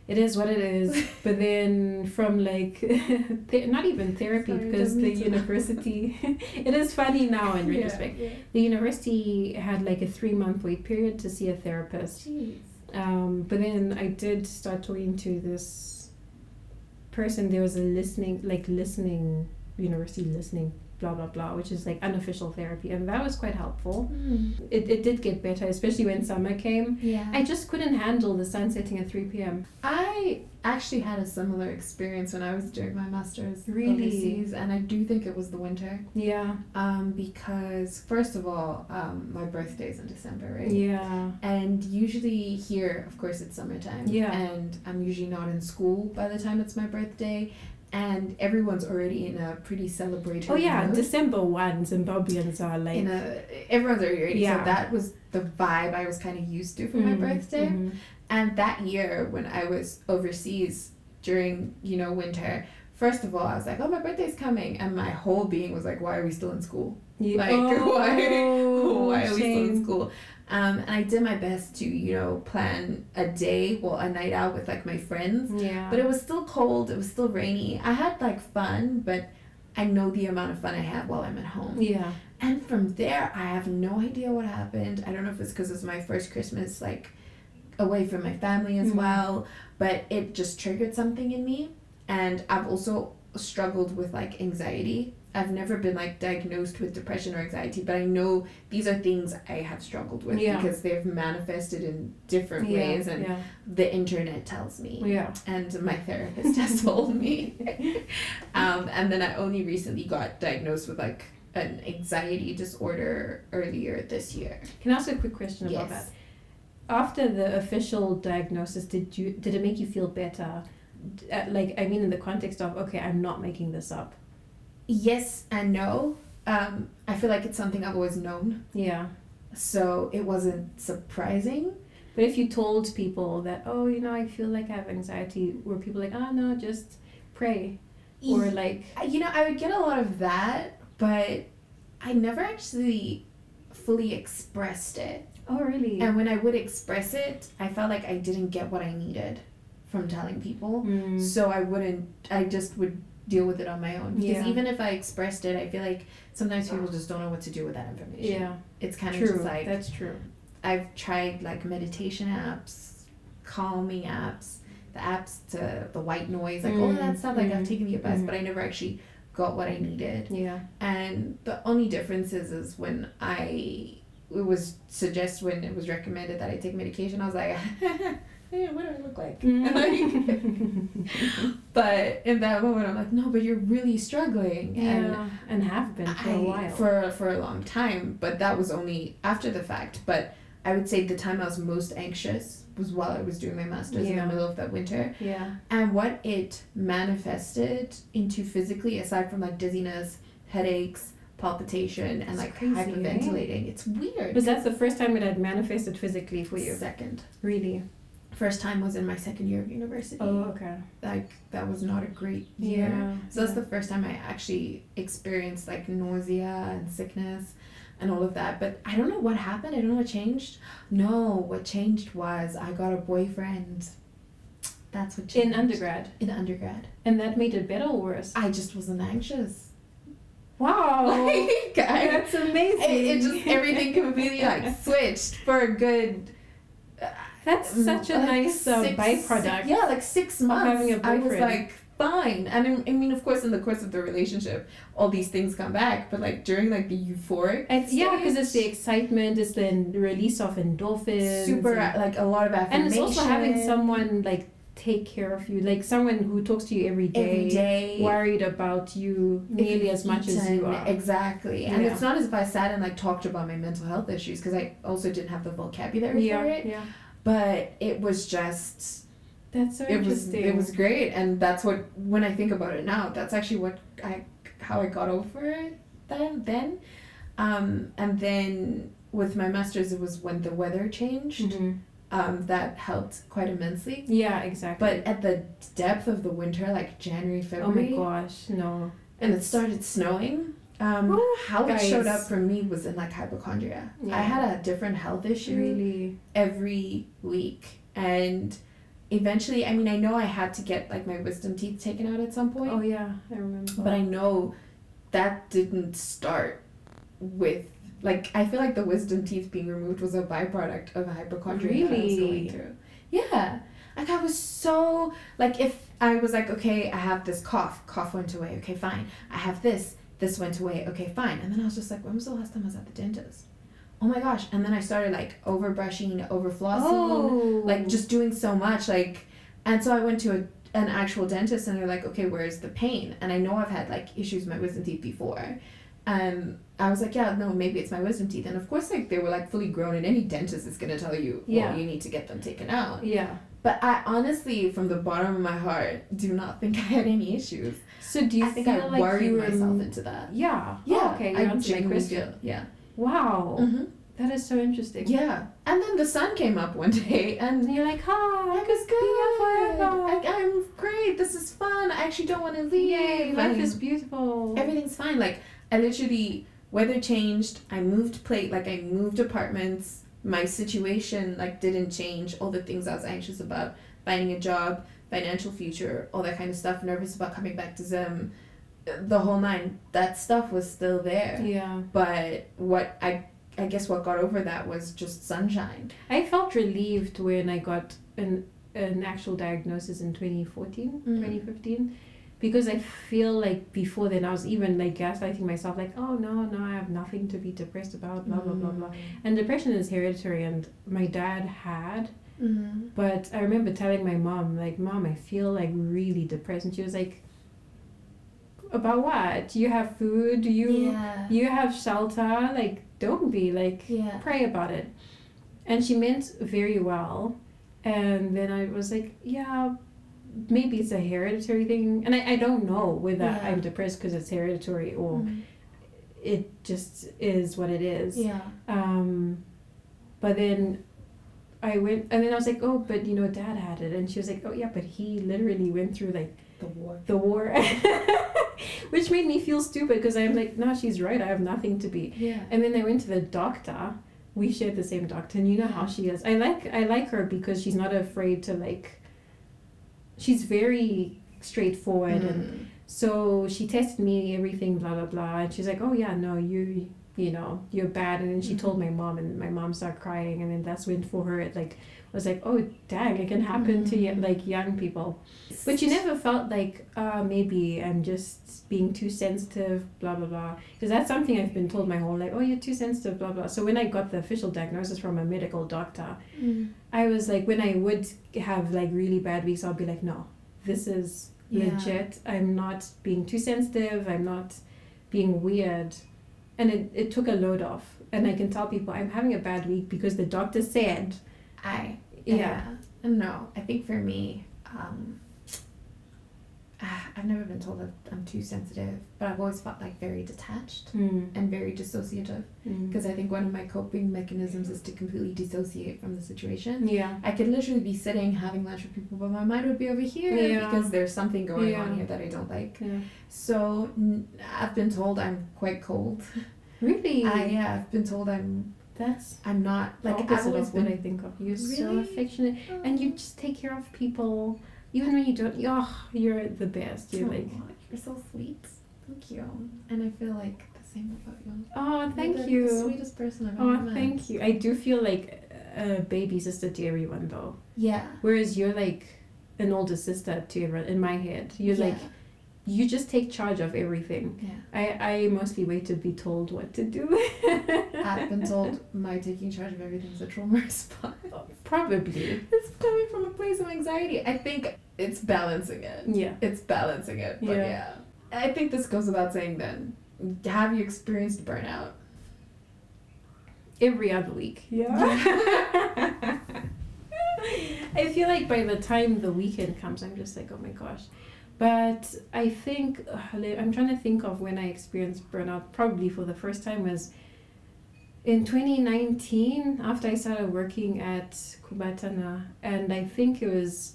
Speaker 2: it is what it
Speaker 3: [laughs]
Speaker 2: is. But then from like [laughs] the, not even therapy
Speaker 3: Sorry,
Speaker 2: because
Speaker 3: don't
Speaker 2: the
Speaker 3: mean to laugh.
Speaker 2: university. [laughs] it is funny now in retrospect.
Speaker 3: Yeah.
Speaker 2: The university had like a three month wait period to see a therapist.
Speaker 3: Jeez.
Speaker 2: Um, but then I did start talking to this person. There was a listening, like listening university listening, blah blah blah, which is like unofficial therapy, and that was quite helpful. It it did get better, especially when summer came.
Speaker 3: Mm-hmm. Yeah.
Speaker 2: I just couldn't handle the sun setting at three p.m.
Speaker 3: I actually had a similar experience when I was doing my master's
Speaker 2: Really?
Speaker 3: overseas, and I do think it was the winter.
Speaker 2: Yeah,
Speaker 3: Um, because first of all, um, my birthday's in December, right?
Speaker 2: yeah,
Speaker 3: And usually here, of course, it's summertime.
Speaker 2: Yeah.
Speaker 3: And I'm usually not in school by the time it's my birthday, and everyone's already in a pretty celebratory.
Speaker 2: oh yeah.
Speaker 3: mood.
Speaker 2: December one, Zimbabweans are like
Speaker 3: in a everyone's already.
Speaker 2: Yeah.
Speaker 3: So that was the vibe I was kind of used to for my
Speaker 2: Mm,
Speaker 3: birthday.
Speaker 2: mhm.
Speaker 3: And that year when I was overseas during, you know, winter, first of all, I was like, oh, my birthday's coming. And my whole being was like, why are we still in school?
Speaker 2: Yeah.
Speaker 3: Like, [laughs]
Speaker 2: Oh,
Speaker 3: why are we still in
Speaker 2: shame.
Speaker 3: school? Um, and I did my best to, you know, plan a day, well, a night out with like my friends.
Speaker 2: Yeah,
Speaker 3: But it was still cold, it was still rainy. I had like fun, but I know the amount of fun I had while I'm at home.
Speaker 2: yeah.
Speaker 3: And from there, I have no idea what happened. I don't know if it's because it was my first Christmas, like away from my family as
Speaker 2: Mhm.
Speaker 3: well, but it just triggered something in me. And I've also struggled with like anxiety. I've never been like diagnosed with depression or anxiety, but I know these are things I have struggled with
Speaker 2: Yeah.
Speaker 3: because they've manifested in different
Speaker 2: yeah,
Speaker 3: ways, and
Speaker 2: yeah,
Speaker 3: the internet tells me
Speaker 2: yeah.
Speaker 3: and my therapist has [laughs] told me. um, and then I only recently got diagnosed with like an anxiety disorder earlier this year.
Speaker 2: Can I ask a quick question about that?
Speaker 3: Yes.
Speaker 2: After the official diagnosis, did you did it make you feel better? D- Uh, like I mean, in the context of okay, I'm not making this up.
Speaker 3: Yes and no. Um, I feel like it's something I've always known,
Speaker 2: Yeah,
Speaker 3: so it wasn't surprising.
Speaker 2: but if you told people that oh, you know, I feel like I have anxiety, were people like oh no, just pray or like
Speaker 3: You know, I would get a lot of that, but I never actually fully expressed it.
Speaker 2: oh really?
Speaker 3: And when I would express it, I felt like I didn't get what I needed from telling people.
Speaker 2: Mm.
Speaker 3: so I wouldn't. I just would deal with it on my own because
Speaker 2: Yeah.
Speaker 3: even if I expressed it, I feel like sometimes people just don't know what to do with that information.
Speaker 2: Yeah,
Speaker 3: it's kind of
Speaker 2: true.
Speaker 3: just like
Speaker 2: That's true.
Speaker 3: I've tried like meditation apps, calming apps, the apps to the white noise, like all of that
Speaker 2: Mm,
Speaker 3: stuff. Like I've
Speaker 2: mm,
Speaker 3: taken the advice,
Speaker 2: mm.
Speaker 3: but I never actually got what I needed.
Speaker 2: Yeah, [laughs]
Speaker 3: And the only difference is, is when I it was suggest when it was recommended that I take medication, I was like, [laughs] "Hey, what do I look like? Like, but in that moment, I'm like, no, but you're really struggling, and
Speaker 2: yeah, and have been for a
Speaker 3: I-
Speaker 2: while.
Speaker 3: for for a long time. But that was only after the fact. But I would say the time I was most anxious was while I was doing my masters in
Speaker 2: Yeah.
Speaker 3: the middle of that winter,
Speaker 2: yeah,
Speaker 3: and what it manifested into physically, aside from like dizziness, headaches, palpitation, and
Speaker 2: It's
Speaker 3: like
Speaker 2: crazy, eh?
Speaker 3: hyperventilating. It's weird.
Speaker 2: was that the first time it had manifested physically for you?
Speaker 3: Second,
Speaker 2: Really?
Speaker 3: First time was in my second year of university.
Speaker 2: Oh, okay.
Speaker 3: Like that was not a great year.
Speaker 2: Yeah.
Speaker 3: So that's the first time I actually experienced like nausea and sickness and all of that. But I don't know what happened. I don't know what changed. No, what changed was I got a boyfriend. That's what changed.
Speaker 2: in undergrad,
Speaker 3: In undergrad.
Speaker 2: and that made it better or worse.
Speaker 3: I just wasn't anxious.
Speaker 2: [laughs] Wow,
Speaker 3: Like, I-
Speaker 2: that's amazing.
Speaker 3: it, it
Speaker 2: [laughs]
Speaker 3: just everything completely like switched for a good
Speaker 2: that's [laughs] such a
Speaker 3: like,
Speaker 2: nice uh,
Speaker 3: six-
Speaker 2: byproduct.
Speaker 3: Yeah, like six months.
Speaker 2: having a
Speaker 3: I was
Speaker 2: boyfriend.
Speaker 3: like fine, and I- I mean, of course, in the course of the relationship, all these things come back. But like during like the euphoric,
Speaker 2: It's, yeah, because it's the
Speaker 3: stage,
Speaker 2: excitement, it's the release of endorphins.
Speaker 3: super
Speaker 2: and,
Speaker 3: like a lot of
Speaker 2: and
Speaker 3: affirmation.
Speaker 2: it's also having someone like take care of you, like someone who talks to you every day,
Speaker 3: every day.
Speaker 2: worried about you
Speaker 3: if
Speaker 2: nearly
Speaker 3: you've
Speaker 2: as much as
Speaker 3: eaten,
Speaker 2: you are.
Speaker 3: Exactly. And
Speaker 2: Yeah.
Speaker 3: it's not as if I sat and like talked about my mental health issues because I also didn't have the vocabulary
Speaker 2: yeah,
Speaker 3: for it.
Speaker 2: yeah.
Speaker 3: But it was just
Speaker 2: That's so
Speaker 3: it was
Speaker 2: interesting.
Speaker 3: it was great and that's what when i think about it now that's actually what i how i got over it then then um and then with my masters it was when the weather changed
Speaker 2: Mhm.
Speaker 3: um that helped quite immensely
Speaker 2: Yeah, exactly.
Speaker 3: but at the depth of the winter like january
Speaker 2: oh my
Speaker 3: february
Speaker 2: gosh, no.
Speaker 3: and it started snowing um
Speaker 2: Woo,
Speaker 3: how it showed up
Speaker 2: guys.
Speaker 3: for me was in like hypochondria
Speaker 2: Yeah.
Speaker 3: i had a different health issue
Speaker 2: Really.
Speaker 3: every week and eventually i mean i know i had to get like my wisdom teeth taken out at some point
Speaker 2: Oh yeah, I remember.
Speaker 3: but i know that didn't start with like i feel like the wisdom teeth being removed was a byproduct of a hypochondria that i was
Speaker 2: Really?
Speaker 3: going through yeah like i was so like if i was like okay i have this cough cough went away okay fine i have this this went away okay fine and then i was just like when was the last time i was at the dentist oh my gosh and then i started like over brushing over flossing
Speaker 2: Oh. Mm.
Speaker 3: like just doing so much like and so i went to a, an actual dentist and they're like okay where's the pain and i know i've had like issues with my wisdom teeth before um i was like yeah no maybe it's my wisdom teeth and of course like they were like fully grown and any dentist is going to tell you well,
Speaker 2: Yeah.
Speaker 3: you need to get them taken out
Speaker 2: yeah.
Speaker 3: but i honestly from the bottom of my heart do not think [laughs] i had any issues
Speaker 2: So do you
Speaker 3: i think
Speaker 2: feel
Speaker 3: i
Speaker 2: like
Speaker 3: worried
Speaker 2: you were
Speaker 3: myself into that
Speaker 2: Yeah.
Speaker 3: yeah
Speaker 2: Oh, okay. You
Speaker 3: i
Speaker 2: answered my
Speaker 3: genuinely
Speaker 2: question.
Speaker 3: feel yeah
Speaker 2: Wow.
Speaker 3: hmm
Speaker 2: That is so interesting.
Speaker 3: yeah and then the sun came up one [laughs] day and
Speaker 2: And you're like, hi.
Speaker 3: Life is good.
Speaker 2: forever.
Speaker 3: I, I'm great. This is fun. I actually don't want to leave.
Speaker 2: Yay, life
Speaker 3: Like,
Speaker 2: is beautiful.
Speaker 3: everything's fine. Like I literally weather changed. I moved plate. Like I moved apartments. My situation like didn't change. All the things I was anxious about: finding a job, financial future, all that kind of stuff. Nervous about coming back to Zim. The whole nine. That stuff was still there.
Speaker 2: yeah.
Speaker 3: But what I I guess what got over that was just sunshine.
Speaker 2: I felt relieved when I got an an actual diagnosis in 2014,
Speaker 3: Mm.
Speaker 2: 2015 because I feel like before then I was even like gaslighting myself like oh no no I have nothing to be depressed about blah blah blah blah and depression is hereditary and my dad had
Speaker 3: Mm-hmm.
Speaker 2: but I remember telling my mom like mom I feel like really depressed and she was like about what you have food you
Speaker 3: yeah.
Speaker 2: you have shelter like don't be like
Speaker 3: Yeah.
Speaker 2: pray about it. And she meant very well. And then I was like, yeah, maybe it's a hereditary thing. And I, I don't know whether
Speaker 3: Yeah. Mm-hmm.
Speaker 2: I'm depressed because it's hereditary or it just is what it is.
Speaker 3: Yeah.
Speaker 2: Um, but then I went, and then I was like, oh, but you know, dad had it. And she was like, oh, yeah, but he literally went through like
Speaker 3: The war.
Speaker 2: the war, [laughs] which made me feel stupid because I'm like, no, she's right. I have nothing to be.
Speaker 3: Yeah.
Speaker 2: And then I went to the doctor. We shared the same doctor, and you know how she is. I like I like her because she's not afraid to like. She's very straightforward,
Speaker 3: Mm.
Speaker 2: and so she tested me everything, blah blah blah, and she's like, "Oh yeah, no, you you know you're bad," and then she told my mom, and my mom started crying, and then that's when for her it like was like, "Oh dang, it can happen to y-
Speaker 3: Mhm.
Speaker 2: like young people," but you never felt like uh, maybe I'm just being too sensitive, blah blah blah, because that's something I've been told my whole life. Oh, you're too sensitive, blah blah. So when I got the official diagnosis from a medical doctor, I was like, when I would have like really bad weeks, I'll be like, no, this is
Speaker 3: Yeah.
Speaker 2: legit. I'm not being too sensitive. I'm not being weird. And it, it took a load off. And I can tell people I'm having a bad week because the doctor said,
Speaker 3: I
Speaker 2: yeah.
Speaker 3: yeah. No, I think for me, um, ah, [sighs] I've never been told that I'm too sensitive, but I've always felt like very detached
Speaker 2: Mm.
Speaker 3: and very dissociative
Speaker 2: Mm.
Speaker 3: because I think one of my coping mechanisms is to completely dissociate from the situation.
Speaker 2: Yeah.
Speaker 3: I could literally be sitting having lunch with people, but my mind would be over here
Speaker 2: Yeah.
Speaker 3: because there's something going
Speaker 2: Yeah.
Speaker 3: on here that I don't like.
Speaker 2: yeah.
Speaker 3: So n- I've been told I'm quite cold.
Speaker 2: Really?
Speaker 3: I, yeah, I've been told I'm
Speaker 2: That's
Speaker 3: I'm not like I've always
Speaker 2: what I
Speaker 3: been.
Speaker 2: think of. You're so
Speaker 3: Really? Oh,
Speaker 2: affectionate, and you just take care of people, even when you don't. Oh, you're the best. You're like,
Speaker 3: Aw, you're so sweet. Thank you. And I feel like the same about you.
Speaker 2: oh, thank
Speaker 3: You're the,
Speaker 2: you.
Speaker 3: The sweetest person I've ever
Speaker 2: Oh,
Speaker 3: met.
Speaker 2: thank you. I do feel like a baby sister to everyone though.
Speaker 3: Yeah.
Speaker 2: Whereas you're like an older sister to everyone in my head. You're
Speaker 3: yeah.
Speaker 2: like you just take charge of everything.
Speaker 3: Yeah.
Speaker 2: I, I mostly wait to be told what to do. [laughs]
Speaker 3: I've been told my taking charge of everything is a trauma [laughs] response.
Speaker 2: Probably.
Speaker 3: It's coming from a place of anxiety. I think it's balancing it.
Speaker 2: Yeah.
Speaker 3: It's balancing it. But
Speaker 2: Yeah.
Speaker 3: yeah. I think this goes without saying then. Have you experienced burnout?
Speaker 2: Every other week.
Speaker 3: Yeah.
Speaker 2: [laughs] I feel like by the time the weekend comes, I'm just like, oh my gosh. But I think [sighs] ugh, li- I'm trying to think of when I experienced burnout. Probably for the first time was in 2019 after I started working at Kubatana, and I think it was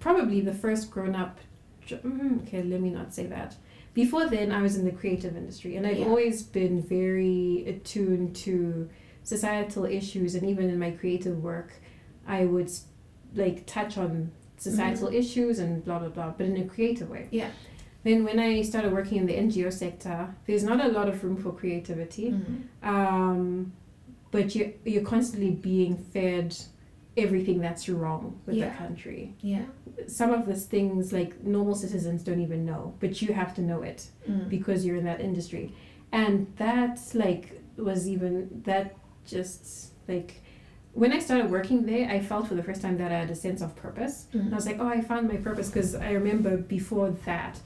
Speaker 2: probably the first grown-up. jo- mm, Okay, let me not say that. Before then, I was in the creative industry, and I've
Speaker 3: Yeah.
Speaker 2: always been very attuned to societal issues, and even in my creative work, I would s- like touch on societal issues and blah blah blah, but in a creative way.
Speaker 3: Mm-hmm. Yeah.
Speaker 2: Then when I started working in the NGO sector, there's not a lot of room for creativity
Speaker 3: Mm-hmm.
Speaker 2: um, but you you're constantly being fed everything that's wrong with
Speaker 3: Yeah.
Speaker 2: the country.
Speaker 3: Yeah.
Speaker 2: Some of these things like normal citizens don't even know, but you have to know it
Speaker 3: Mm.
Speaker 2: because you're in that industry, and that like was even that just like when I started working there, I felt for the first time that I had a sense of purpose. And I
Speaker 3: Mm.
Speaker 2: was like, oh, I found my purpose because I remember before that,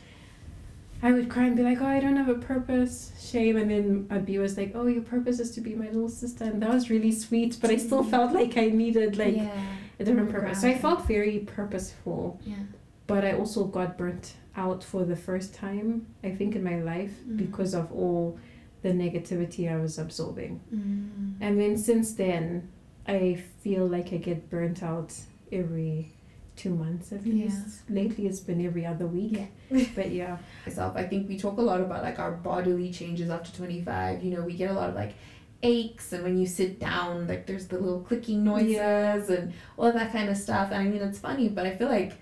Speaker 2: I would cry and be like, oh, I don't have a purpose, shame. And then Abi was like, oh, your purpose is to be my little sister. And that was really sweet, but I still felt like I needed like
Speaker 3: Mm. yeah. Oh
Speaker 2: a different purpose. So I
Speaker 3: Grounding.
Speaker 2: felt very purposeful,
Speaker 3: Yeah.
Speaker 2: but I also got burnt out for the first time, I think, in my life
Speaker 3: Mm.
Speaker 2: because of all the negativity I was absorbing.
Speaker 3: Mm.
Speaker 2: And then since then, I feel like I get burnt out every two months at
Speaker 3: Yeah.
Speaker 2: least. Lately, it's been every other week. [laughs] But yeah,
Speaker 3: myself. I think we talk a lot about like our bodily changes after 25. You know, we get a lot of like aches and when you sit down, like there's the little clicking noises and all that kind of stuff. And I mean, it's funny, but I feel like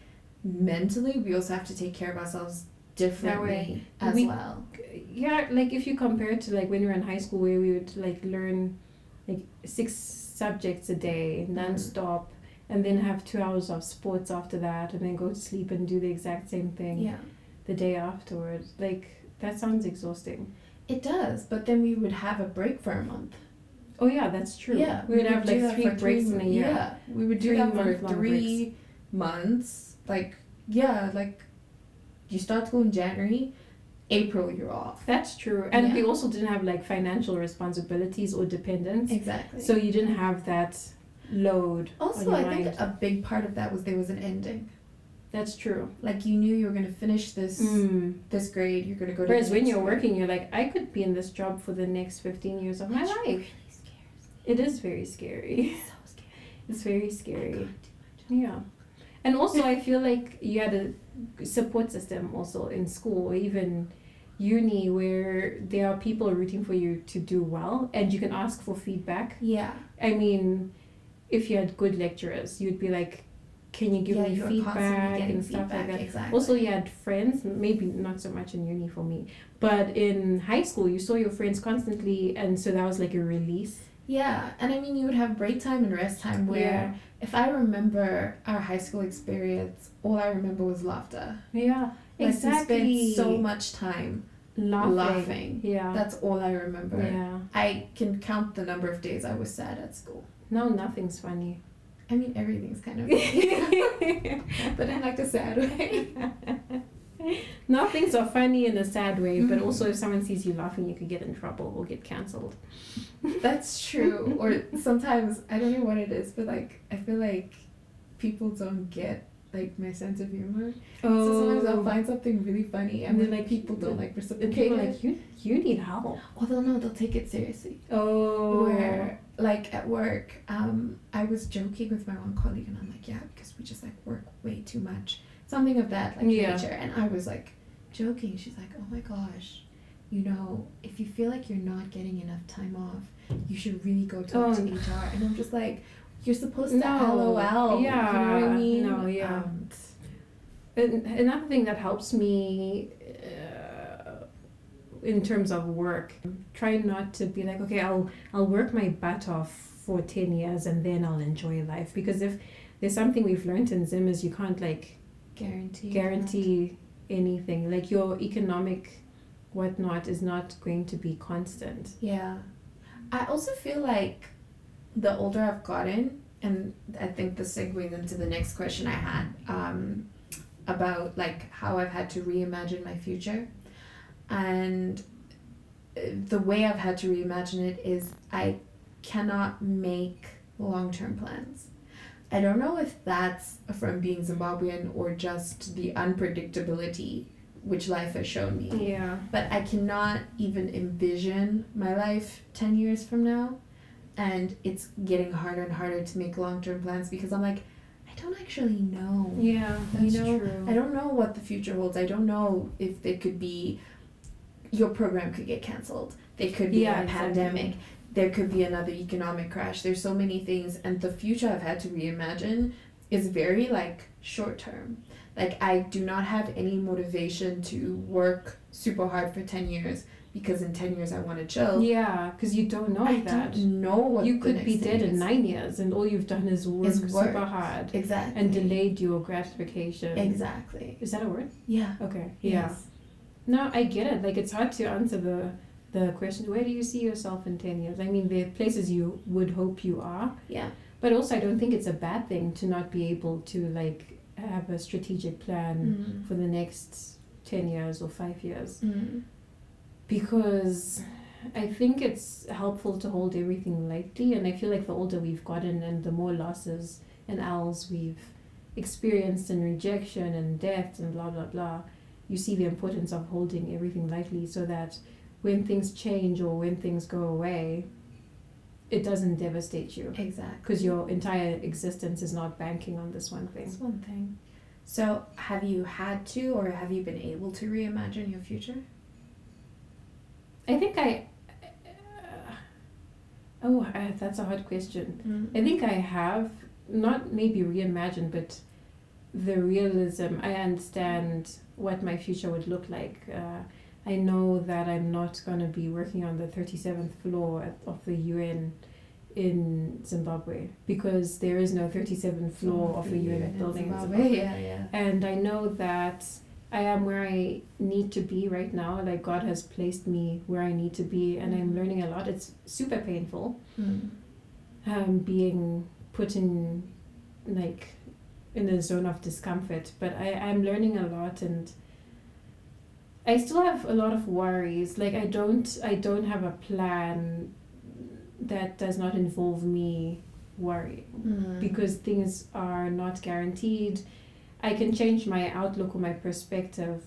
Speaker 3: mentally we also have to take care of ourselves differently as
Speaker 2: We-
Speaker 3: well.
Speaker 2: yeah. Like if you compare it to like when we were in high school, where we would like learn like six subjects a day nonstop, and then have two hours of sports after that, and then go to sleep and do the exact same thing
Speaker 3: Yeah.
Speaker 2: the day afterwards. Like that sounds exhausting.
Speaker 3: It does, but then we would have a break for a month.
Speaker 2: Oh yeah, that's true.
Speaker 3: Yeah,
Speaker 2: we would have
Speaker 3: do
Speaker 2: like
Speaker 3: that
Speaker 2: three
Speaker 3: for
Speaker 2: breaks in a year.
Speaker 3: Yeah, we would do
Speaker 2: Three
Speaker 3: that for
Speaker 2: month-long
Speaker 3: three months. Like yeah, like you start school in January, April you're off.
Speaker 2: That's true. And
Speaker 3: Yeah.
Speaker 2: we also didn't have like financial responsibilities or dependence.
Speaker 3: Exactly.
Speaker 2: So you didn't have that load. on
Speaker 3: also,
Speaker 2: your
Speaker 3: I
Speaker 2: mind.
Speaker 3: think a big part of that was there was an ending.
Speaker 2: that's true.
Speaker 3: Like you knew you were gonna finish this this grade. You're gonna go
Speaker 2: Mm.
Speaker 3: to.
Speaker 2: Whereas
Speaker 3: the
Speaker 2: when
Speaker 3: next
Speaker 2: you're
Speaker 3: grade.
Speaker 2: working, you're like, I could be in this job for the next 15 years of my
Speaker 3: Which
Speaker 2: life.
Speaker 3: really scares me.
Speaker 2: It is very scary. [laughs]
Speaker 3: So scary.
Speaker 2: It's very
Speaker 3: I
Speaker 2: scary.
Speaker 3: can't do my job.
Speaker 2: Yeah. And also, I feel like you had a support system also in school or even uni where there are people rooting for you to do well and you can ask for feedback.
Speaker 3: Yeah.
Speaker 2: I mean, if you had good lecturers, you'd be like, can you give
Speaker 3: yeah,
Speaker 2: me
Speaker 3: you're constantly
Speaker 2: feedback
Speaker 3: getting
Speaker 2: and stuff
Speaker 3: feedback.
Speaker 2: like that?
Speaker 3: Exactly.
Speaker 2: Also, you had friends, maybe not so much in uni for me, but in high school, you saw your friends constantly, and so that was like a release.
Speaker 3: Yeah, and I mean, you would have break time and rest time where,
Speaker 2: Yeah.
Speaker 3: if I remember our high school experience, all I remember was laughter.
Speaker 2: Yeah,
Speaker 3: Like, We
Speaker 2: exactly.
Speaker 3: spent so much time
Speaker 2: laughing.
Speaker 3: laughing.
Speaker 2: Yeah.
Speaker 3: That's all I remember.
Speaker 2: yeah.
Speaker 3: I can count the number of days I was sad at school.
Speaker 2: Now nothing's funny. [laughs]
Speaker 3: I mean, everything's kind of, [laughs] but in like a
Speaker 2: [laughs]
Speaker 3: sad way.
Speaker 2: Now things are funny in a sad way, but
Speaker 3: Mhm.
Speaker 2: also if someone sees you laughing, you could get in trouble or get cancelled.
Speaker 3: That's true. Or sometimes I don't know what it is, but like I feel like people don't get like my sense of humor.
Speaker 2: Oh,
Speaker 3: So sometimes I'll find something really funny, and then like people don't like
Speaker 2: and
Speaker 3: reciprocate.
Speaker 2: people are
Speaker 3: Like,
Speaker 2: like you. You need help.
Speaker 3: oh, they'll no, they'll take it seriously.
Speaker 2: Oh,
Speaker 3: Where like at work, um, I was joking with my one colleague, and I'm like, yeah, because we just like work way too much. Something of that like
Speaker 2: Yeah.
Speaker 3: nature, and I was like joking. She's like, oh my gosh. You know, if you feel like you're not getting enough time off, you should really go talk
Speaker 2: Oh,
Speaker 3: to
Speaker 2: no.
Speaker 3: HR. And I'm just like, you're supposed to
Speaker 2: No,
Speaker 3: LOL. You know what
Speaker 2: yeah,
Speaker 3: I mean?
Speaker 2: no, yeah.
Speaker 3: Um,
Speaker 2: An- another thing that helps me uh, in terms of work try not to be like okay i'll i'll work my butt off for 10 years and then i'll enjoy life because if there's something we've learned in zim is you can't like
Speaker 3: guarantee.
Speaker 2: guarantee anything like your economic whatnot is not going to be constant
Speaker 3: Yeah. I also feel like the older I've gotten, and I think this segues into the next question I had um, about like how I've had to reimagine my future. And uh, the way I've had to reimagine it is I cannot make long term plans. I don't know if that's from being Zimbabwean or just the unpredictability which life has shown me
Speaker 2: yeah
Speaker 3: but I cannot even envision my life 10 years from now. And it's getting harder and harder to make long term plans because I'm like, I don't actually know.
Speaker 2: yeah
Speaker 3: You
Speaker 2: that's
Speaker 3: know,
Speaker 2: true
Speaker 3: I don't know what the future holds. I don't know if there could be, your program could get cancelled. There could be
Speaker 2: Yeah,
Speaker 3: a
Speaker 2: exactly.
Speaker 3: pandemic. There could be another economic crash. There's so many things. And the future I've had to reimagine is very like short term. Like I do not have any motivation to work super hard for 10 years because in 10 years I want to chill.
Speaker 2: yeah because you don't know
Speaker 3: I
Speaker 2: that
Speaker 3: don't know what
Speaker 2: you
Speaker 3: the
Speaker 2: could
Speaker 3: next
Speaker 2: be dead
Speaker 3: thing
Speaker 2: in
Speaker 3: is.
Speaker 2: nine years and all you've done is work,
Speaker 3: Is work.
Speaker 2: super hard
Speaker 3: Exactly.
Speaker 2: and delayed your gratification.
Speaker 3: Exactly.
Speaker 2: Is that a word?
Speaker 3: Yeah.
Speaker 2: Okay. Yeah.
Speaker 3: Yes.
Speaker 2: No, I get it. Like it's hard to answer the the question, where do you see yourself in ten years? I mean there are places you would hope you are.
Speaker 3: Yeah.
Speaker 2: But also I don't think it's a bad thing to not be able to like have a strategic plan
Speaker 3: Mm.
Speaker 2: for the next ten years or five years.
Speaker 3: Mm.
Speaker 2: because I think it's helpful to hold everything lightly. And I feel like the older we've gotten and the more losses and owls we've experienced and rejection and death and blah, blah, blah, you see the importance of holding everything lightly so that when things change or when things go away, it doesn't devastate you
Speaker 3: Exactly.
Speaker 2: because your entire existence is not banking on this one thing.
Speaker 3: That's one thing. So, have you had to or have you been able to reimagine your future?
Speaker 2: I think I. uh, oh, uh, that's a hard question. I think I have not maybe reimagined, but the realism. I understand what my future would look like. Uh, I know that I'm not going to be working on the 37th floor at, of the UN in Zimbabwe because there is no 37th floor of a UN
Speaker 3: in
Speaker 2: building in
Speaker 3: Zimbabwe.
Speaker 2: Zimbabwe
Speaker 3: Yeah, yeah.
Speaker 2: and I know that I am where I need to be right now. Like God has placed me where I need to be, and I'm learning a lot. It's super painful
Speaker 3: Mm.
Speaker 2: um, being put in like in a zone of discomfort, but I am learning a lot and. I still have a lot of worries. Like I don't I don't have a plan that does not involve me worrying
Speaker 3: Mm.
Speaker 2: because things are not guaranteed. I can change my outlook or my perspective,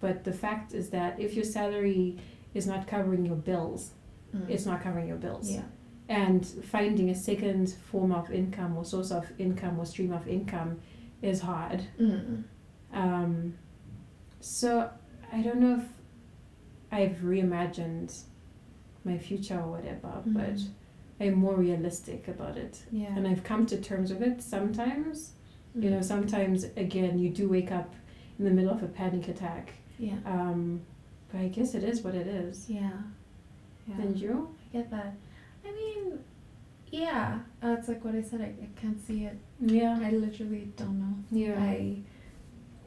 Speaker 2: but the fact is that if your salary is not covering your bills,
Speaker 3: Mm.
Speaker 2: it's not covering your bills.
Speaker 3: yeah.
Speaker 2: And finding a second form of income or source of income or stream of income is hard.
Speaker 3: Mm.
Speaker 2: Um, so I don't know if I've reimagined my future or whatever, but
Speaker 3: Mm.
Speaker 2: I'm more realistic about it
Speaker 3: yeah.
Speaker 2: and I've come to terms with it sometimes. You know, sometimes again, you do wake up in the middle of a panic attack.
Speaker 3: yeah.
Speaker 2: Um, but I guess it is what it is.
Speaker 3: Yeah. Yeah.
Speaker 2: And you?
Speaker 3: I get that. I mean, yeah. Uh, it's like what I said. I, I can't see it.
Speaker 2: Yeah.
Speaker 3: I literally don't know.
Speaker 2: Yeah.
Speaker 3: I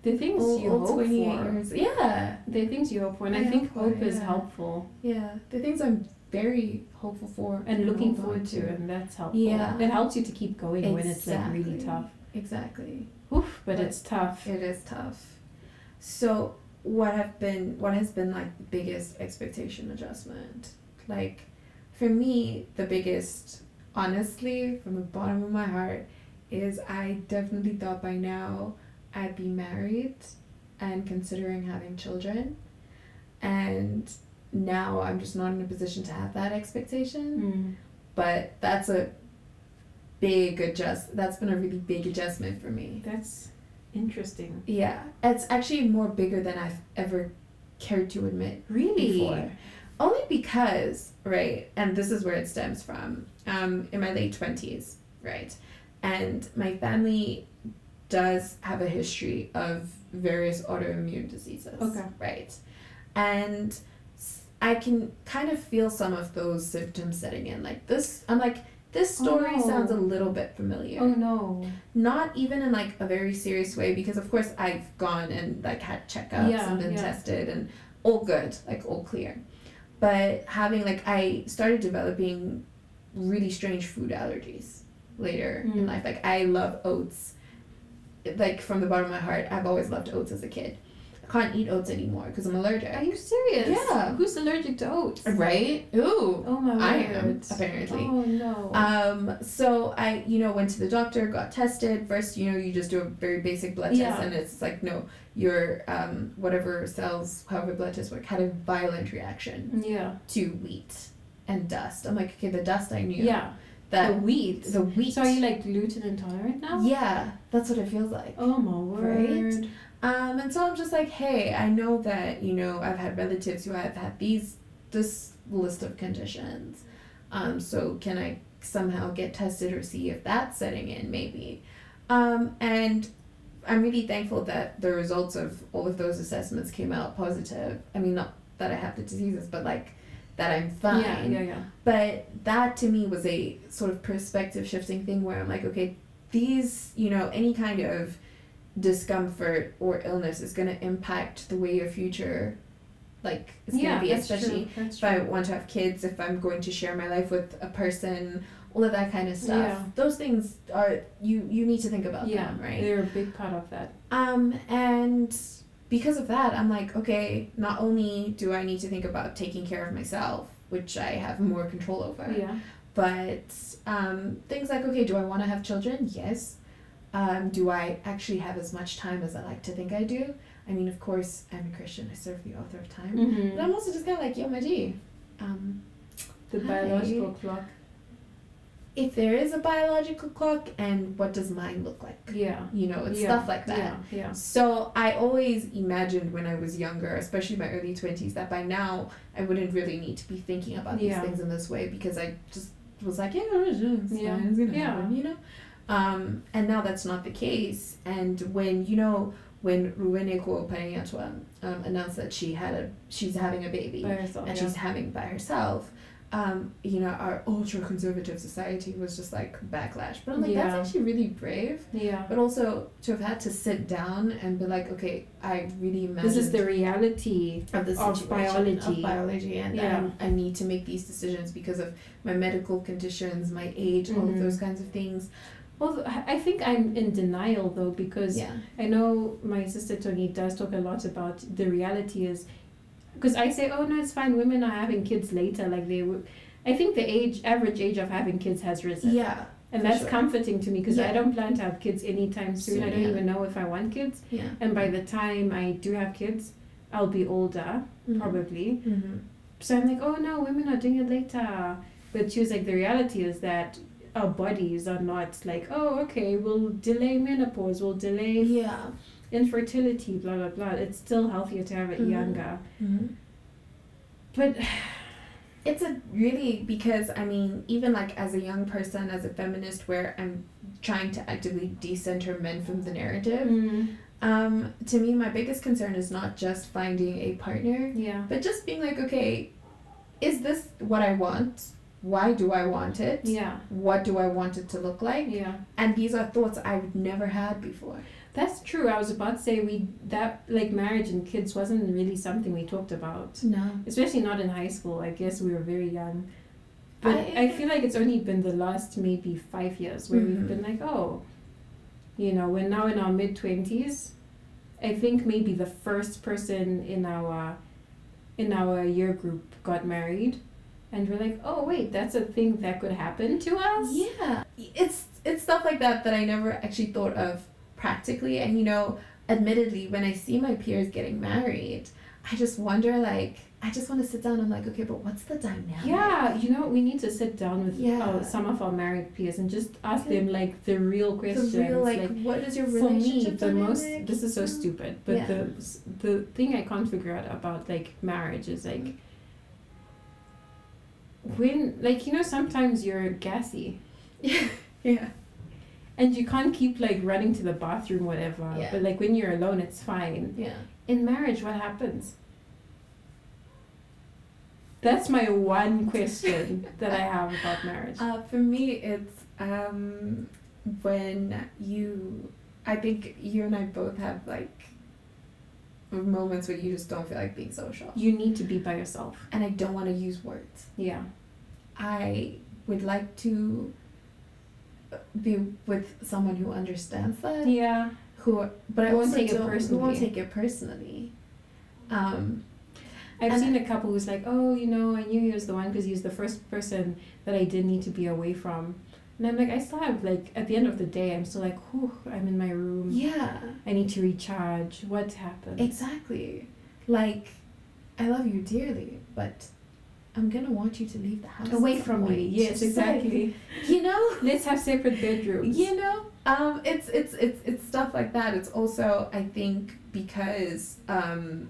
Speaker 2: the things
Speaker 3: all,
Speaker 2: you
Speaker 3: all
Speaker 2: hope for.
Speaker 3: 28 years. Yeah.
Speaker 2: The things you hope for, and I,
Speaker 3: I
Speaker 2: think
Speaker 3: hope for,
Speaker 2: hope is
Speaker 3: yeah.
Speaker 2: helpful
Speaker 3: Yeah. The things I'm very hopeful for
Speaker 2: and looking
Speaker 3: hold on
Speaker 2: forward to, and that's helpful.
Speaker 3: Yeah.
Speaker 2: It helps you to keep going when it's like really
Speaker 3: Exactly.
Speaker 2: tough.
Speaker 3: Exactly.
Speaker 2: Oof, but
Speaker 3: But-
Speaker 2: it's tough.
Speaker 3: It is tough. So, what have been what has been like the biggest expectation adjustment? Like, for me, the biggest, honestly, from the bottom of my heart, is I definitely thought by now I'd be married and considering having children. And now I'm just not in a position to have that expectation.
Speaker 2: Mm.
Speaker 3: But that's a big adjust that's been a really big adjustment for me.
Speaker 2: That's interesting.
Speaker 3: Yeah. It's actually more bigger than I've ever cared to admit
Speaker 2: Really?
Speaker 3: before. Only because, right, and this is where it stems from. Um, in my late twenties, right? And my family does have a history of various autoimmune diseases.
Speaker 2: Okay.
Speaker 3: Right. And s- I can kind of feel some of those symptoms setting in. Like this I'm like, this
Speaker 2: Oh,
Speaker 3: story
Speaker 2: no.
Speaker 3: sounds a little bit familiar
Speaker 2: Oh no.
Speaker 3: not even in like a very serious way because of course I've gone and like had checkups
Speaker 2: Yeah,
Speaker 3: and been
Speaker 2: yeah.
Speaker 3: tested and all good, like all clear. But having like I started developing really strange food allergies later in
Speaker 2: Mm.
Speaker 3: life. Like I love oats. Like from the bottom of my heart, I've always loved oats as a kid. I can't eat oats anymore because I'm
Speaker 2: Are
Speaker 3: allergic.
Speaker 2: you serious?
Speaker 3: Yeah.
Speaker 2: Who's allergic to oats?
Speaker 3: Right? Ooh.
Speaker 2: Oh my word.
Speaker 3: I am apparently.
Speaker 2: Oh no.
Speaker 3: Um, so I, you know, went to the doctor, got tested. First, you know, you just do a very basic blood test,
Speaker 2: Yeah.
Speaker 3: and it's like, no, your um, whatever cells, however blood tests work, had a violent reaction
Speaker 2: yeah.
Speaker 3: to wheat and dust. I'm like, okay, the dust I knew.
Speaker 2: Yeah.
Speaker 3: That
Speaker 2: the wheat.
Speaker 3: the wheat.
Speaker 2: So are you like gluten intolerant now?
Speaker 3: yeah, that's what it feels like.
Speaker 2: Oh my word.
Speaker 3: Right? Um, and so I'm just like, hey, I know that, you know, I've had relatives who have had these, this list of conditions. Um, so can I somehow get tested or see if that's setting in, maybe? Um, and I'm really thankful that the results of all of those assessments came out positive. I mean, not that I have the diseases, but like that I'm fine.
Speaker 2: Yeah, yeah, yeah.
Speaker 3: But that to me was a sort of perspective shifting thing where I'm like, okay, these, you know, any kind of discomfort or illness is going to impact the way your future, like, it's
Speaker 2: yeah,
Speaker 3: going to be,
Speaker 2: that's
Speaker 3: especially
Speaker 2: true. That's
Speaker 3: if I
Speaker 2: true.
Speaker 3: want to have kids, if I'm going to share my life with a person, all of that kind of stuff.
Speaker 2: Yeah.
Speaker 3: Those things are, you, you need to think about
Speaker 2: yeah,
Speaker 3: them, right?
Speaker 2: they're a big part of that.
Speaker 3: Um, and because of that, I'm like, okay, not only do I need to think about taking care of myself, which I have more control over,
Speaker 2: Yeah.
Speaker 3: but um, things like, okay, do I want to have children? Yes. Um, do I actually have as much time as I like to think I do? I mean, of course, I'm a Christian. I serve the author of time. But
Speaker 2: Mm-hmm.
Speaker 3: I'm also just kind of like, yo, my G, um,
Speaker 2: The
Speaker 3: Hi.
Speaker 2: biological clock.
Speaker 3: if there is a biological clock, and what does mine look like?
Speaker 2: Yeah.
Speaker 3: You know, it's
Speaker 2: yeah.
Speaker 3: stuff like that.
Speaker 2: Yeah. yeah.
Speaker 3: So I always imagined when I was younger, especially my early twenties, that by now I wouldn't really need to be thinking about these
Speaker 2: Yeah.
Speaker 3: things in this way because I just was like, yeah, it's fine,
Speaker 2: Yeah.
Speaker 3: it's gonna
Speaker 2: Yeah.
Speaker 3: happen, you know. Um, and now that's not the case. And when you know when Rueneko Panayatwa um, announced that she had a she's having a baby
Speaker 2: By yourself,
Speaker 3: and
Speaker 2: yeah.
Speaker 3: she's having by herself. Um, you know, our ultra conservative society was just like backlash. But I'm like,
Speaker 2: Yeah.
Speaker 3: that's actually really brave
Speaker 2: yeah.
Speaker 3: but also to have had to sit down and be like, okay, I really imagined
Speaker 2: This is the reality.
Speaker 3: of the
Speaker 2: of
Speaker 3: situation,
Speaker 2: biology.
Speaker 3: of biology, and um,
Speaker 2: Yeah.
Speaker 3: I, I need to make these decisions because of my medical conditions, my age, all of
Speaker 2: Mhm.
Speaker 3: those kinds of things.
Speaker 2: Well, I I think I'm in denial though because
Speaker 3: Yeah,
Speaker 2: I know my sister Tony does talk a lot about the reality is because I say, oh no, it's fine. Women are having kids later. Like they would. I think the age average age of having kids has risen.
Speaker 3: yeah,
Speaker 2: and
Speaker 3: for
Speaker 2: that's
Speaker 3: sure.
Speaker 2: comforting to me because
Speaker 3: Yeah.
Speaker 2: I don't plan to have kids anytime soon.
Speaker 3: Soon,
Speaker 2: I don't
Speaker 3: yeah.
Speaker 2: even know if I want kids.
Speaker 3: yeah,
Speaker 2: And by the time I do have kids, I'll be older probably.
Speaker 3: Mm-hmm.
Speaker 2: So I'm like, oh no, women are doing it later. But she was like, the reality is that our bodies are not like, oh okay, we'll delay menopause, we'll delay
Speaker 3: Yeah.
Speaker 2: infertility, blah blah blah. It's still healthier to have it
Speaker 3: Mhm.
Speaker 2: younger.
Speaker 3: Mm-hmm.
Speaker 2: But
Speaker 3: [sighs] It's a really because I mean, even like as a young person, as a feminist, where I'm trying to actively decenter men from the narrative.
Speaker 2: mm,
Speaker 3: Um, to me, my biggest concern is not just finding a partner,
Speaker 2: yeah,
Speaker 3: but just being like, okay, is this what I want? Why do I want it?
Speaker 2: yeah,
Speaker 3: What do I want it to look like?
Speaker 2: yeah.
Speaker 3: And these are thoughts I've never had before.
Speaker 2: That's true. I was about to say we that like marriage and kids wasn't really something we talked about,
Speaker 3: No.
Speaker 2: especially not in high school. I guess we were very young. But
Speaker 3: I-
Speaker 2: I, feel like it's only been the last maybe five years where
Speaker 3: Mhm.
Speaker 2: we've been like, oh, you know, we're now in our mid twenties. I think maybe the first person in our in our year group got married, and we're like, oh wait, that's a thing that could happen to us.
Speaker 3: Yeah. It's it's stuff like that that I never actually thought of practically. And you know, admittedly, when I see my peers getting married, I just wonder like I just want to sit down. I'm like, okay, but what's the dynamic?
Speaker 2: Yeah, you know, we need to sit down with
Speaker 3: Yeah.
Speaker 2: uh, some of our married peers and just ask them like the real questions.
Speaker 3: The real like,
Speaker 2: like,
Speaker 3: what is your
Speaker 2: for me,
Speaker 3: relationship
Speaker 2: the most
Speaker 3: dynamic?
Speaker 2: this is so
Speaker 3: Yeah.
Speaker 2: stupid, but
Speaker 3: Yeah.
Speaker 2: the the thing I can't figure out about like marriage is like when like you know sometimes you're gassy
Speaker 3: [laughs] yeah.
Speaker 2: and you can't keep like running to the bathroom whatever,
Speaker 3: Yeah.
Speaker 2: but like when you're alone it's fine.
Speaker 3: Yeah.
Speaker 2: In marriage, what happens? That's my one question that I have about marriage.
Speaker 3: Uh, for me, it's um, when you. I think you and I both have like moments where you just don't feel like being social,
Speaker 2: You need to be by yourself.
Speaker 3: and I don't want to use words.
Speaker 2: Yeah.
Speaker 3: I would like to uh, be with someone who understands that,
Speaker 2: Yeah.
Speaker 3: who but I
Speaker 2: Won't
Speaker 3: also
Speaker 2: take it
Speaker 3: don't- who won't
Speaker 2: personally.
Speaker 3: take it personally. Um,
Speaker 2: I've
Speaker 3: And-
Speaker 2: seen a couple who's like, oh, you know, I knew he was the one because he was the first person that I did need to be away from. And I'm like, I still have, like, at the end of the day, I'm still like, whew, I'm in my room.
Speaker 3: yeah,
Speaker 2: I need to recharge. What happened?
Speaker 3: exactly. Like, I love you dearly, but I'm gonna want you to leave the house at
Speaker 2: away
Speaker 3: some
Speaker 2: from me.
Speaker 3: point.
Speaker 2: Yes,
Speaker 3: Just [laughs] like-
Speaker 2: exactly.
Speaker 3: you know
Speaker 2: [laughs] Let's have separate bedrooms.
Speaker 3: you know um it's it's it's it's stuff like that it's also i think because um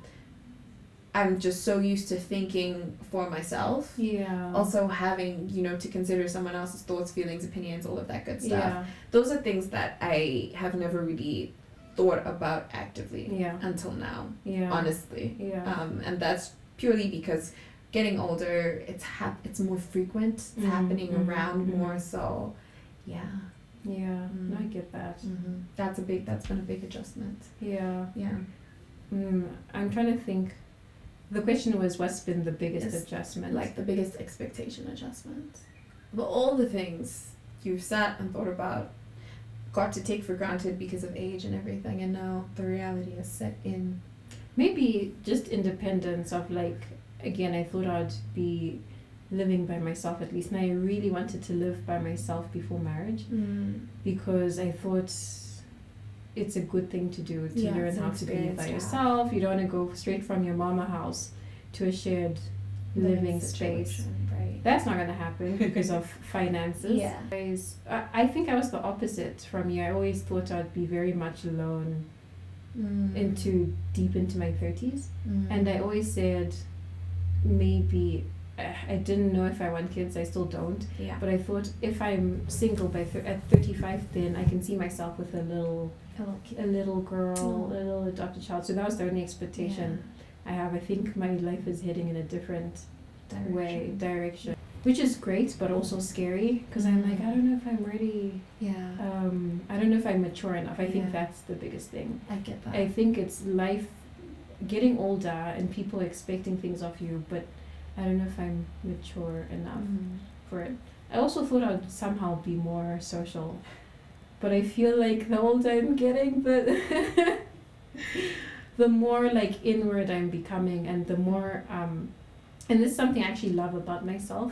Speaker 3: i'm just so used to thinking for myself
Speaker 2: Yeah.
Speaker 3: also having you know to consider someone else's thoughts feelings opinions all of that good stuff
Speaker 2: yeah.
Speaker 3: those are things that i have never really thought about actively
Speaker 2: Yeah.
Speaker 3: until now
Speaker 2: Yeah.
Speaker 3: honestly
Speaker 2: Yeah.
Speaker 3: um, and that's purely because getting older it's hap- it's more frequent it's
Speaker 2: Mhm,
Speaker 3: happening
Speaker 2: mhm,
Speaker 3: around
Speaker 2: mhm.
Speaker 3: more so yeah
Speaker 2: yeah. No,
Speaker 3: Mm.
Speaker 2: I get that.
Speaker 3: that's a big that's been a big adjustment
Speaker 2: Yeah.
Speaker 3: yeah
Speaker 2: Mm, I'm trying to think. The question was, what's been the biggest
Speaker 3: Yes,
Speaker 2: adjustment?
Speaker 3: like the biggest expectation adjustment of all the things you've sat and thought about got to take for granted because of age and everything and now the reality is set in
Speaker 2: maybe just independence of like again i thought i'd be living by myself at least and i really wanted to live by myself before marriage Mm-hmm. because i thought it's a good thing to do to
Speaker 3: Yeah,
Speaker 2: learn
Speaker 3: it's an
Speaker 2: how to be
Speaker 3: experience
Speaker 2: by
Speaker 3: to have.
Speaker 2: yourself you don't want to go straight from your mama house to a shared living space
Speaker 3: situation, right
Speaker 2: that's not going to happen because
Speaker 3: [laughs]
Speaker 2: of finances
Speaker 3: Yeah.
Speaker 2: Whereas I, I think i was the opposite from you i always thought i'd be very much alone
Speaker 3: Mm.
Speaker 2: into deep into my 30s
Speaker 3: Mm.
Speaker 2: and I always said, maybe I I didn't know if I want kids. I still don't.
Speaker 3: yeah
Speaker 2: But I thought if I'm single by th- at thirty five, then I can see myself with a little
Speaker 3: hello kid
Speaker 2: a little girl,
Speaker 3: Oh.
Speaker 2: a little adopted child. So that was the only expectation I have. I think my life is heading in a different
Speaker 3: Yeah.
Speaker 2: way
Speaker 3: Direction.
Speaker 2: direction, which is great, but also scary because I'm like I don't know if I'm ready.
Speaker 3: yeah
Speaker 2: Um, I don't know if I'm mature enough. I think
Speaker 3: Yeah.
Speaker 2: that's the biggest thing.
Speaker 3: I get that.
Speaker 2: I think it's life getting older and people expecting things of you, but I don't know if I'm mature enough
Speaker 3: Mhm.
Speaker 2: for it. I also thought I'd somehow be more social, but I feel like the older I'm getting, the [laughs] the more like inward I'm becoming, and the more um, and this is something I actually love about myself,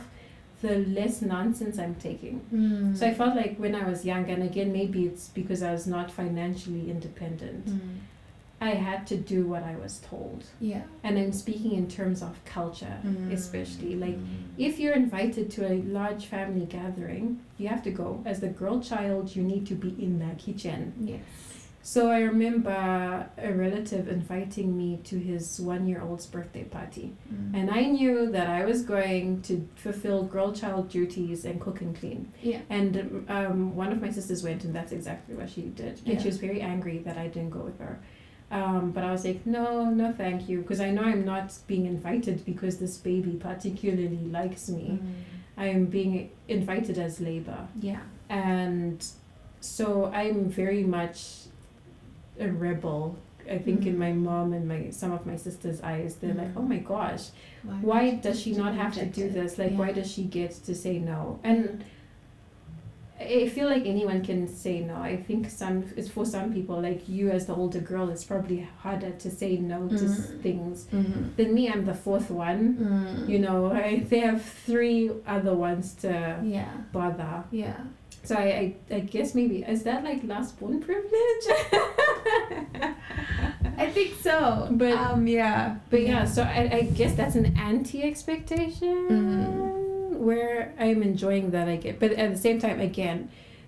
Speaker 2: the less nonsense I'm taking.
Speaker 3: Mm-hmm.
Speaker 2: So I felt like when I was young, and again maybe it's because I was not financially independent.
Speaker 3: Mm.
Speaker 2: I had to do what I was told.
Speaker 3: Yeah.
Speaker 2: And I'm speaking in terms of culture,
Speaker 3: Mm.
Speaker 2: Mm, especially. Like, if you're invited to a large family gathering, you have to go. As the girl child, you need to be in the kitchen.
Speaker 3: Yes.
Speaker 2: So I remember a relative inviting me to his one year old's birthday party.
Speaker 3: Mm-hmm.
Speaker 2: And I knew that I was going to fulfill girl child duties and cook and clean.
Speaker 3: yeah.
Speaker 2: And um, one of my sisters went, and that's exactly what she did. And
Speaker 3: Yeah.
Speaker 2: she was very angry that I didn't go with her. Um, but I was like, no, no, thank you, because I know I'm not being invited because this baby particularly likes
Speaker 3: Mm.
Speaker 2: me. I am being invited as labor,
Speaker 3: Yeah.
Speaker 2: and so I'm very much a rebel. I think in my mom and my some of my sisters' eyes, they're like,
Speaker 3: Mhm.
Speaker 2: oh my gosh, why does she not have to do this like why does she get to say no and i feel like anyone can say no i think some it's for some people like you as the older girl it's probably harder to say no to s
Speaker 3: Mhm.
Speaker 2: things
Speaker 3: Mm-hmm.
Speaker 2: than me i'm the fourth one you know I, they have three other ones to
Speaker 3: Yeah.
Speaker 2: bother
Speaker 3: Yeah.
Speaker 2: So I, I, I guess maybe is that like last born privilege?
Speaker 3: I think so.
Speaker 2: But-
Speaker 3: um, yeah,
Speaker 2: But yeah, so I, I guess that's an anti expectation where I'm enjoying that I get. But at the same time, again,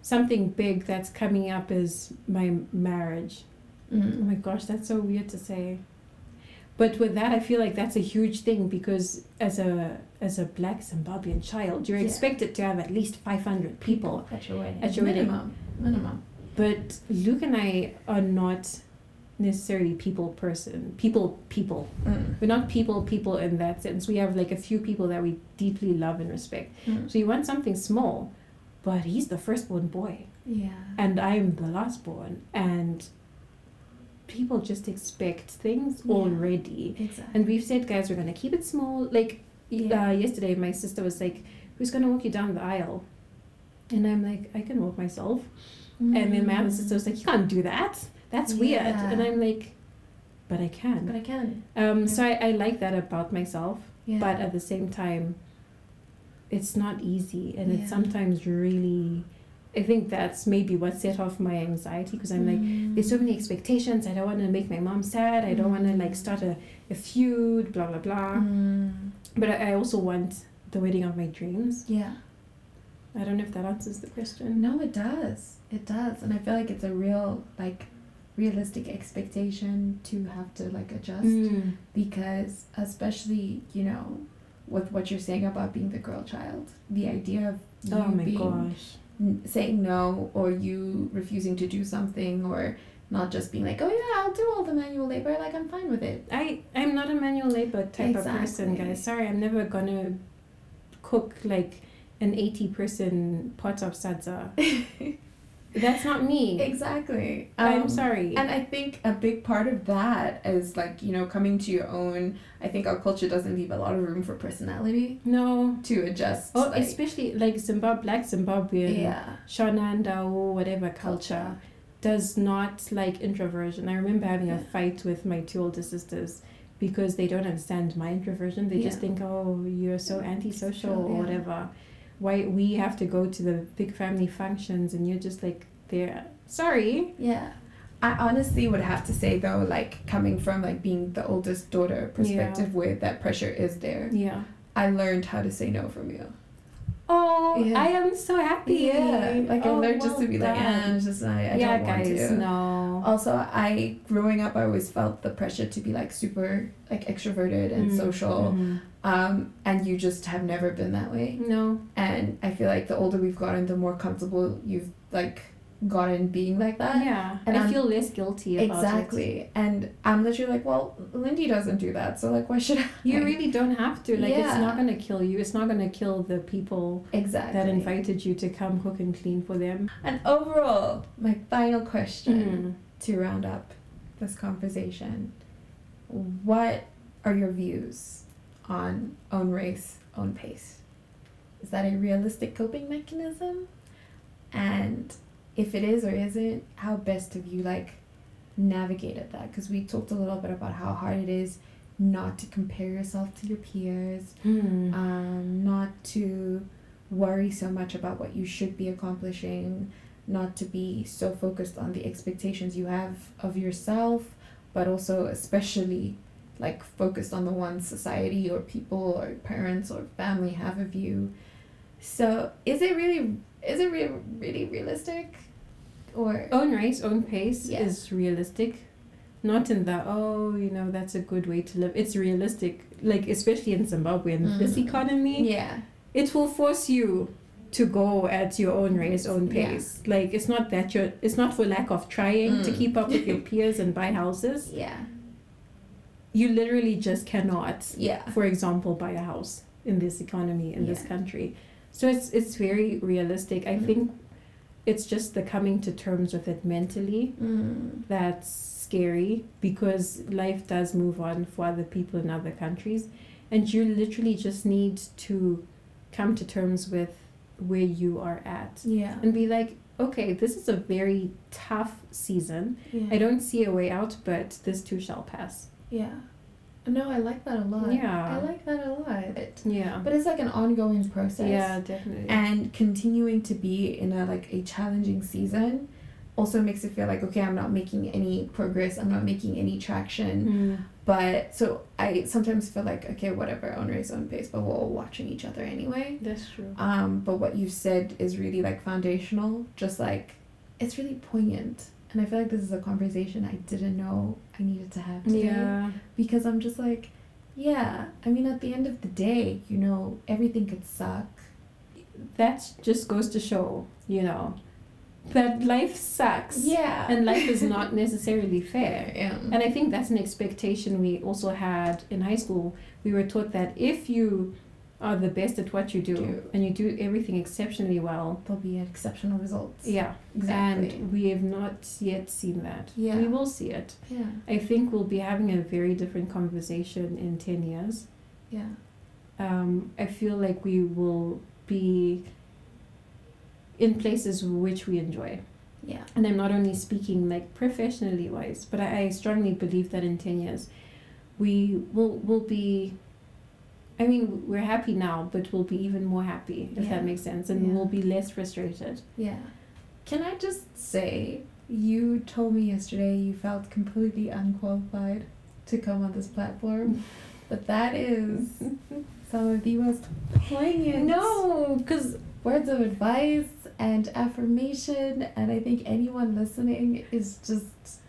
Speaker 2: something big that's coming up is my marriage. Oh
Speaker 3: Mm.
Speaker 2: my gosh, that's so weird to say. But with that, I feel like that's a huge thing because as a as a black Zimbabwean child, you're
Speaker 3: Yeah.
Speaker 2: expected to have at least 500 people
Speaker 3: at your wedding.
Speaker 2: At your wedding.
Speaker 3: minimum, minimum.
Speaker 2: but Luke and I are not necessarily people person people people
Speaker 3: Mm.
Speaker 2: we're not people people in that sense we have like a few people that we deeply love and respect
Speaker 3: Mm.
Speaker 2: so you want something small but he's the firstborn boy
Speaker 3: Yeah.
Speaker 2: and i'm the lastborn and people just expect things
Speaker 3: Yeah.
Speaker 2: already
Speaker 3: Exactly.
Speaker 2: and we've said guys we're going to keep it small like
Speaker 3: Yeah.
Speaker 2: uh, yesterday my sister was like who's going to walk you down the aisle and i'm like i can walk myself and then my other sister was like, "You can't do that. That's weird."
Speaker 3: Mm. Yeah.
Speaker 2: And I'm like, "But I
Speaker 3: But
Speaker 2: can."
Speaker 3: I can.
Speaker 2: Um, so I, I like that about myself,
Speaker 3: Yeah.
Speaker 2: but um, at the same time, it's not easy, and
Speaker 3: Yeah.
Speaker 2: it's sometimes really. I think that's maybe what set off my anxiety because I'm
Speaker 3: Mm-hmm.
Speaker 2: like,
Speaker 3: Mm.
Speaker 2: there's so many expectations. I don't want to make my mom sad. I don't want to like start a, a feud. Blah blah blah.
Speaker 3: Mm.
Speaker 2: But I, I also want the wedding of my dreams.
Speaker 3: Yeah.
Speaker 2: I don't know if that answers the question.
Speaker 3: No, it does. It does, and I feel like it's a real like realistic expectation to have to like adjust
Speaker 2: Mm.
Speaker 3: because especially you know with what you're saying about being the girl child the idea of you
Speaker 2: Oh my
Speaker 3: being
Speaker 2: gosh.
Speaker 3: n- saying no or you refusing to do something or not just being like oh yeah i'll do all the manual labor like i'm fine with it
Speaker 2: I I'm not a manual labor type of person,
Speaker 3: Exactly.
Speaker 2: guys. Sorry, I'm never gonna cook like an eighty person pot of
Speaker 3: [laughs]
Speaker 2: sadza. That's not me.
Speaker 3: exactly
Speaker 2: I'm
Speaker 3: Um,
Speaker 2: sorry.
Speaker 3: And I think a big part of that is like, you know, coming to your own. I think our culture doesn't leave a lot of room for personality
Speaker 2: no.
Speaker 3: to adjust.
Speaker 2: Oh,
Speaker 3: like,
Speaker 2: especially like Zimbabwe, black Zimbabwean,
Speaker 3: yeah.
Speaker 2: Shona and Dao, whatever culture. does not like introversion. I remember having a
Speaker 3: Yeah.
Speaker 2: fight with my two older sisters because they don't understand my introversion. They just
Speaker 3: Yeah.
Speaker 2: think, oh, you're so antisocial
Speaker 3: Sure, yeah.
Speaker 2: or whatever. Why we have to go to the big family functions and you're just like there. Sorry.
Speaker 3: Yeah. I honestly would have to say though, like coming from like being the oldest daughter perspective where that pressure is there,
Speaker 2: Yeah.
Speaker 3: I learned how to say no from you.
Speaker 2: Oh,
Speaker 3: Yeah.
Speaker 2: I am so happy.
Speaker 3: Like I
Speaker 2: Oh,
Speaker 3: learned just to
Speaker 2: well
Speaker 3: be like,
Speaker 2: done.
Speaker 3: eh, it's just I, I
Speaker 2: yeah,
Speaker 3: don't want
Speaker 2: guys,
Speaker 3: to.
Speaker 2: no.
Speaker 3: Also, I growing up, I always felt the pressure to be like super like extroverted and
Speaker 2: Mm,
Speaker 3: social.
Speaker 2: mhm.
Speaker 3: um, and you just have never been that way.
Speaker 2: No.
Speaker 3: And I feel like the older we've gotten, the more comfortable you've like gotten being like that.
Speaker 2: Yeah.
Speaker 3: and
Speaker 2: I
Speaker 3: I'm-
Speaker 2: feel less guilty about it.
Speaker 3: Uh, exactly. And I'm literally like, well, Lindy doesn't do that, so like, why should I?
Speaker 2: You really don't have to. Like, it's
Speaker 3: Yeah.
Speaker 2: not going to kill you. It's not going to kill the people
Speaker 3: exactly
Speaker 2: that invited you to come cook and clean for them. Um,
Speaker 3: And overall, my final
Speaker 2: Mm-hmm.
Speaker 3: question to round up this conversation: What are your views on own race, own pace? Is that a realistic coping mechanism? And if it is or isn't, how best have you like navigated that? Because we talked a little bit about how hard it is not to compare yourself to your peers,
Speaker 2: Mm.
Speaker 3: um, not to worry so much about what you should be accomplishing, not to be so focused on the expectations you have of yourself, but also especially like focused on the ones society or people or parents or family have of you. So is it really is it re- really realistic, or
Speaker 2: Own race, own pace
Speaker 3: Yeah.
Speaker 2: is realistic. Not in the, oh, you know, that's a good way to live. It's realistic. Like, especially in Zimbabwe and this
Speaker 3: Mm.
Speaker 2: economy,
Speaker 3: yeah
Speaker 2: it will force you to go at your own race, own
Speaker 3: Yeah.
Speaker 2: pace. Like, it's not that you're, it's not for lack of trying to
Speaker 3: Mm.
Speaker 2: keep up with your peers and buy houses.
Speaker 3: yeah
Speaker 2: You literally just cannot.
Speaker 3: yeah
Speaker 2: for example, buy a house in this economy in this
Speaker 3: Yeah.
Speaker 2: country. So it's it's very realistic. I
Speaker 3: Mm.
Speaker 2: think it's just the coming to terms with it mentally
Speaker 3: mm.
Speaker 2: that's scary because life does move on for other people in other countries, and you literally just need to come to terms with where you are at
Speaker 3: yeah
Speaker 2: and be like, okay, this is a very tough season.
Speaker 3: yeah
Speaker 2: I don't see a way out, but this too shall pass.
Speaker 3: yeah No, I like that a lot.
Speaker 2: Yeah.
Speaker 3: I like that a lot. It-
Speaker 2: Yeah.
Speaker 3: But it's like an ongoing process.
Speaker 2: Yeah, definitely.
Speaker 3: And continuing to be in a like a challenging season also makes it feel like okay, I'm not making any progress. I'm not making any traction.
Speaker 2: Mm.
Speaker 3: But so I sometimes feel like okay, whatever, own race, own pace. But we're all watching each other anyway.
Speaker 2: That's true.
Speaker 3: Um, but what you said is really like foundational, just like it's really poignant. And I feel like this is a conversation I didn't know I needed to have today.
Speaker 2: Yeah.
Speaker 3: Because I'm just like, yeah, I mean, at the end of the day, you know, everything could suck.
Speaker 2: That just goes to show, you know, that life sucks.
Speaker 3: Yeah.
Speaker 2: And life is not necessarily fair.
Speaker 3: Yeah.
Speaker 2: And I think that's an expectation we also had in high school. We were taught that if you are the best at what you do,
Speaker 3: Do.
Speaker 2: and you do everything exceptionally well,
Speaker 3: There'll be exceptional results.
Speaker 2: yeah.
Speaker 3: Exactly.
Speaker 2: And we have not yet seen that.
Speaker 3: Yeah.
Speaker 2: We will see it.
Speaker 3: yeah.
Speaker 2: I think we'll be having a very different conversation in 10 years.
Speaker 3: Yeah.
Speaker 2: um, I feel like we will be in places which we enjoy.
Speaker 3: Yeah.
Speaker 2: And I'm not only speaking like professionally wise, but I, I strongly believe that in 10 years we will will be I mean, we're happy now, but we'll be even more happy if
Speaker 3: Yeah.
Speaker 2: that makes sense and
Speaker 3: Yeah.
Speaker 2: we'll be less frustrated.
Speaker 3: Yeah. Can I just say, you told me yesterday you felt completely unqualified to come on this
Speaker 2: [laughs]
Speaker 3: platform, but that is some of the most poignant
Speaker 2: No, cuz
Speaker 3: words of advice and affirmation, and I think anyone listening is just,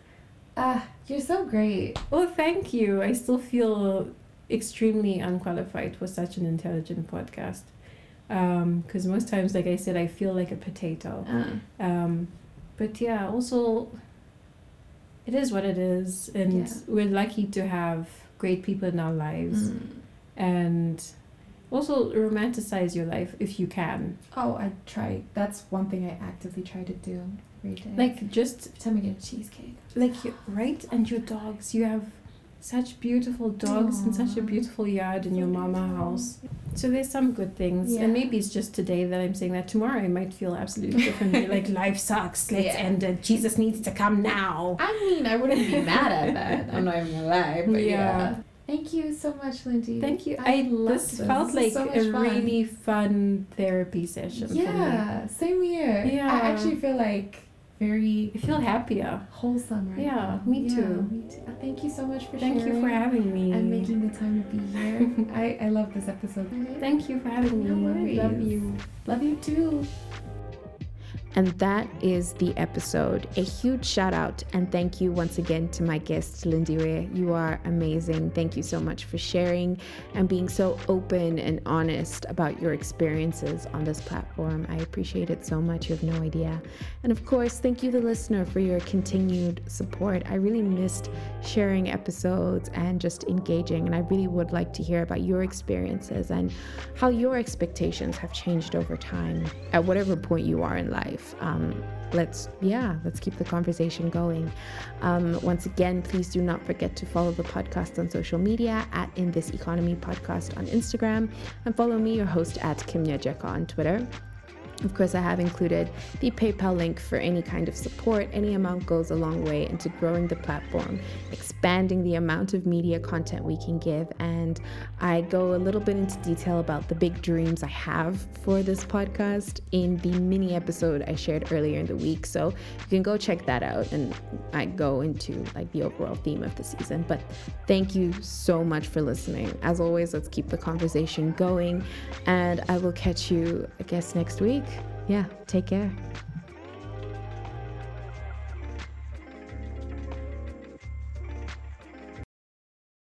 Speaker 3: ah, you're so great.
Speaker 2: oh, thank you. I still feel extremely unqualified for such an intelligent podcast. Um, 'cause cuz most times like I said I feel like a potato.
Speaker 3: Uh,
Speaker 2: Um, but yeah, also, it is what it is, and
Speaker 3: Yeah.
Speaker 2: we're lucky to have great people in our
Speaker 3: Mm.
Speaker 2: lives. And also, romanticize your life if you can.
Speaker 3: Oh, I try. That's one thing I actively try to do every day.
Speaker 2: Like just
Speaker 3: every time I get a cheesecake.
Speaker 2: like you, right, and your dogs. You have such beautiful dogs and such a
Speaker 3: Aw.
Speaker 2: beautiful yard in your mama house. So there's some good things,
Speaker 3: Yeah.
Speaker 2: and maybe it's just today that I'm saying that. Tomorrow I might feel absolutely
Speaker 3: [laughs]
Speaker 2: differently. like life sucks. Let's
Speaker 3: Yeah.
Speaker 2: end it. Jesus needs to come now.
Speaker 3: I mean, I wouldn't be mad at [laughs] that. I'm not even gonna lie, but yeah.
Speaker 2: Yeah.
Speaker 3: Thank you so much, Lindy.
Speaker 2: Thank you.
Speaker 3: I
Speaker 2: I,
Speaker 3: love
Speaker 2: this
Speaker 3: this.
Speaker 2: felt
Speaker 3: This is
Speaker 2: like
Speaker 3: so
Speaker 2: a
Speaker 3: much fun.
Speaker 2: really fun therapy session. For me.
Speaker 3: Yeah, same here.
Speaker 2: Yeah.
Speaker 3: I actually feel like very
Speaker 2: I feel happier.
Speaker 3: wholesome right
Speaker 2: Yeah,
Speaker 3: now.
Speaker 2: me too.
Speaker 3: me too. Thank you so much for
Speaker 2: Thank
Speaker 3: sharing.
Speaker 2: you for having me.
Speaker 3: and making the time to be here.
Speaker 2: [laughs]
Speaker 3: I, I love this episode.
Speaker 2: Thank you for having me.
Speaker 3: No worries.
Speaker 2: Love you.
Speaker 3: Love you too.
Speaker 1: And that is the episode. A huge shout out and thank you once again to my guest, Lindiwe. You are amazing. Thank you so much for sharing and being so open and honest about your experiences on this platform. I appreciate it so much. You have no idea. And of course, thank you, the listener, for your continued support. I really missed sharing episodes and just engaging. And I really would like to hear about your experiences and how your expectations have changed over time at whatever point you are in life. Um, let's, yeah, let's keep the conversation going. Um, once again, please do not forget to follow the podcast on social media at In This Economy Podcast on Instagram and follow me, your host, at Kim Nyajeka on Twitter. Of course, I have included the PayPal link for any kind of support. Any amount goes a long way into growing the platform, expanding the amount of media content we can give. And I go a little bit into detail about the big dreams I have for this podcast in the mini episode I shared earlier in the week. So you can go check that out. And I go into like the overall theme of the season. But thank you so much for listening. As always, let's keep the conversation going. And I will catch you, I guess, next week. Yeah, take care.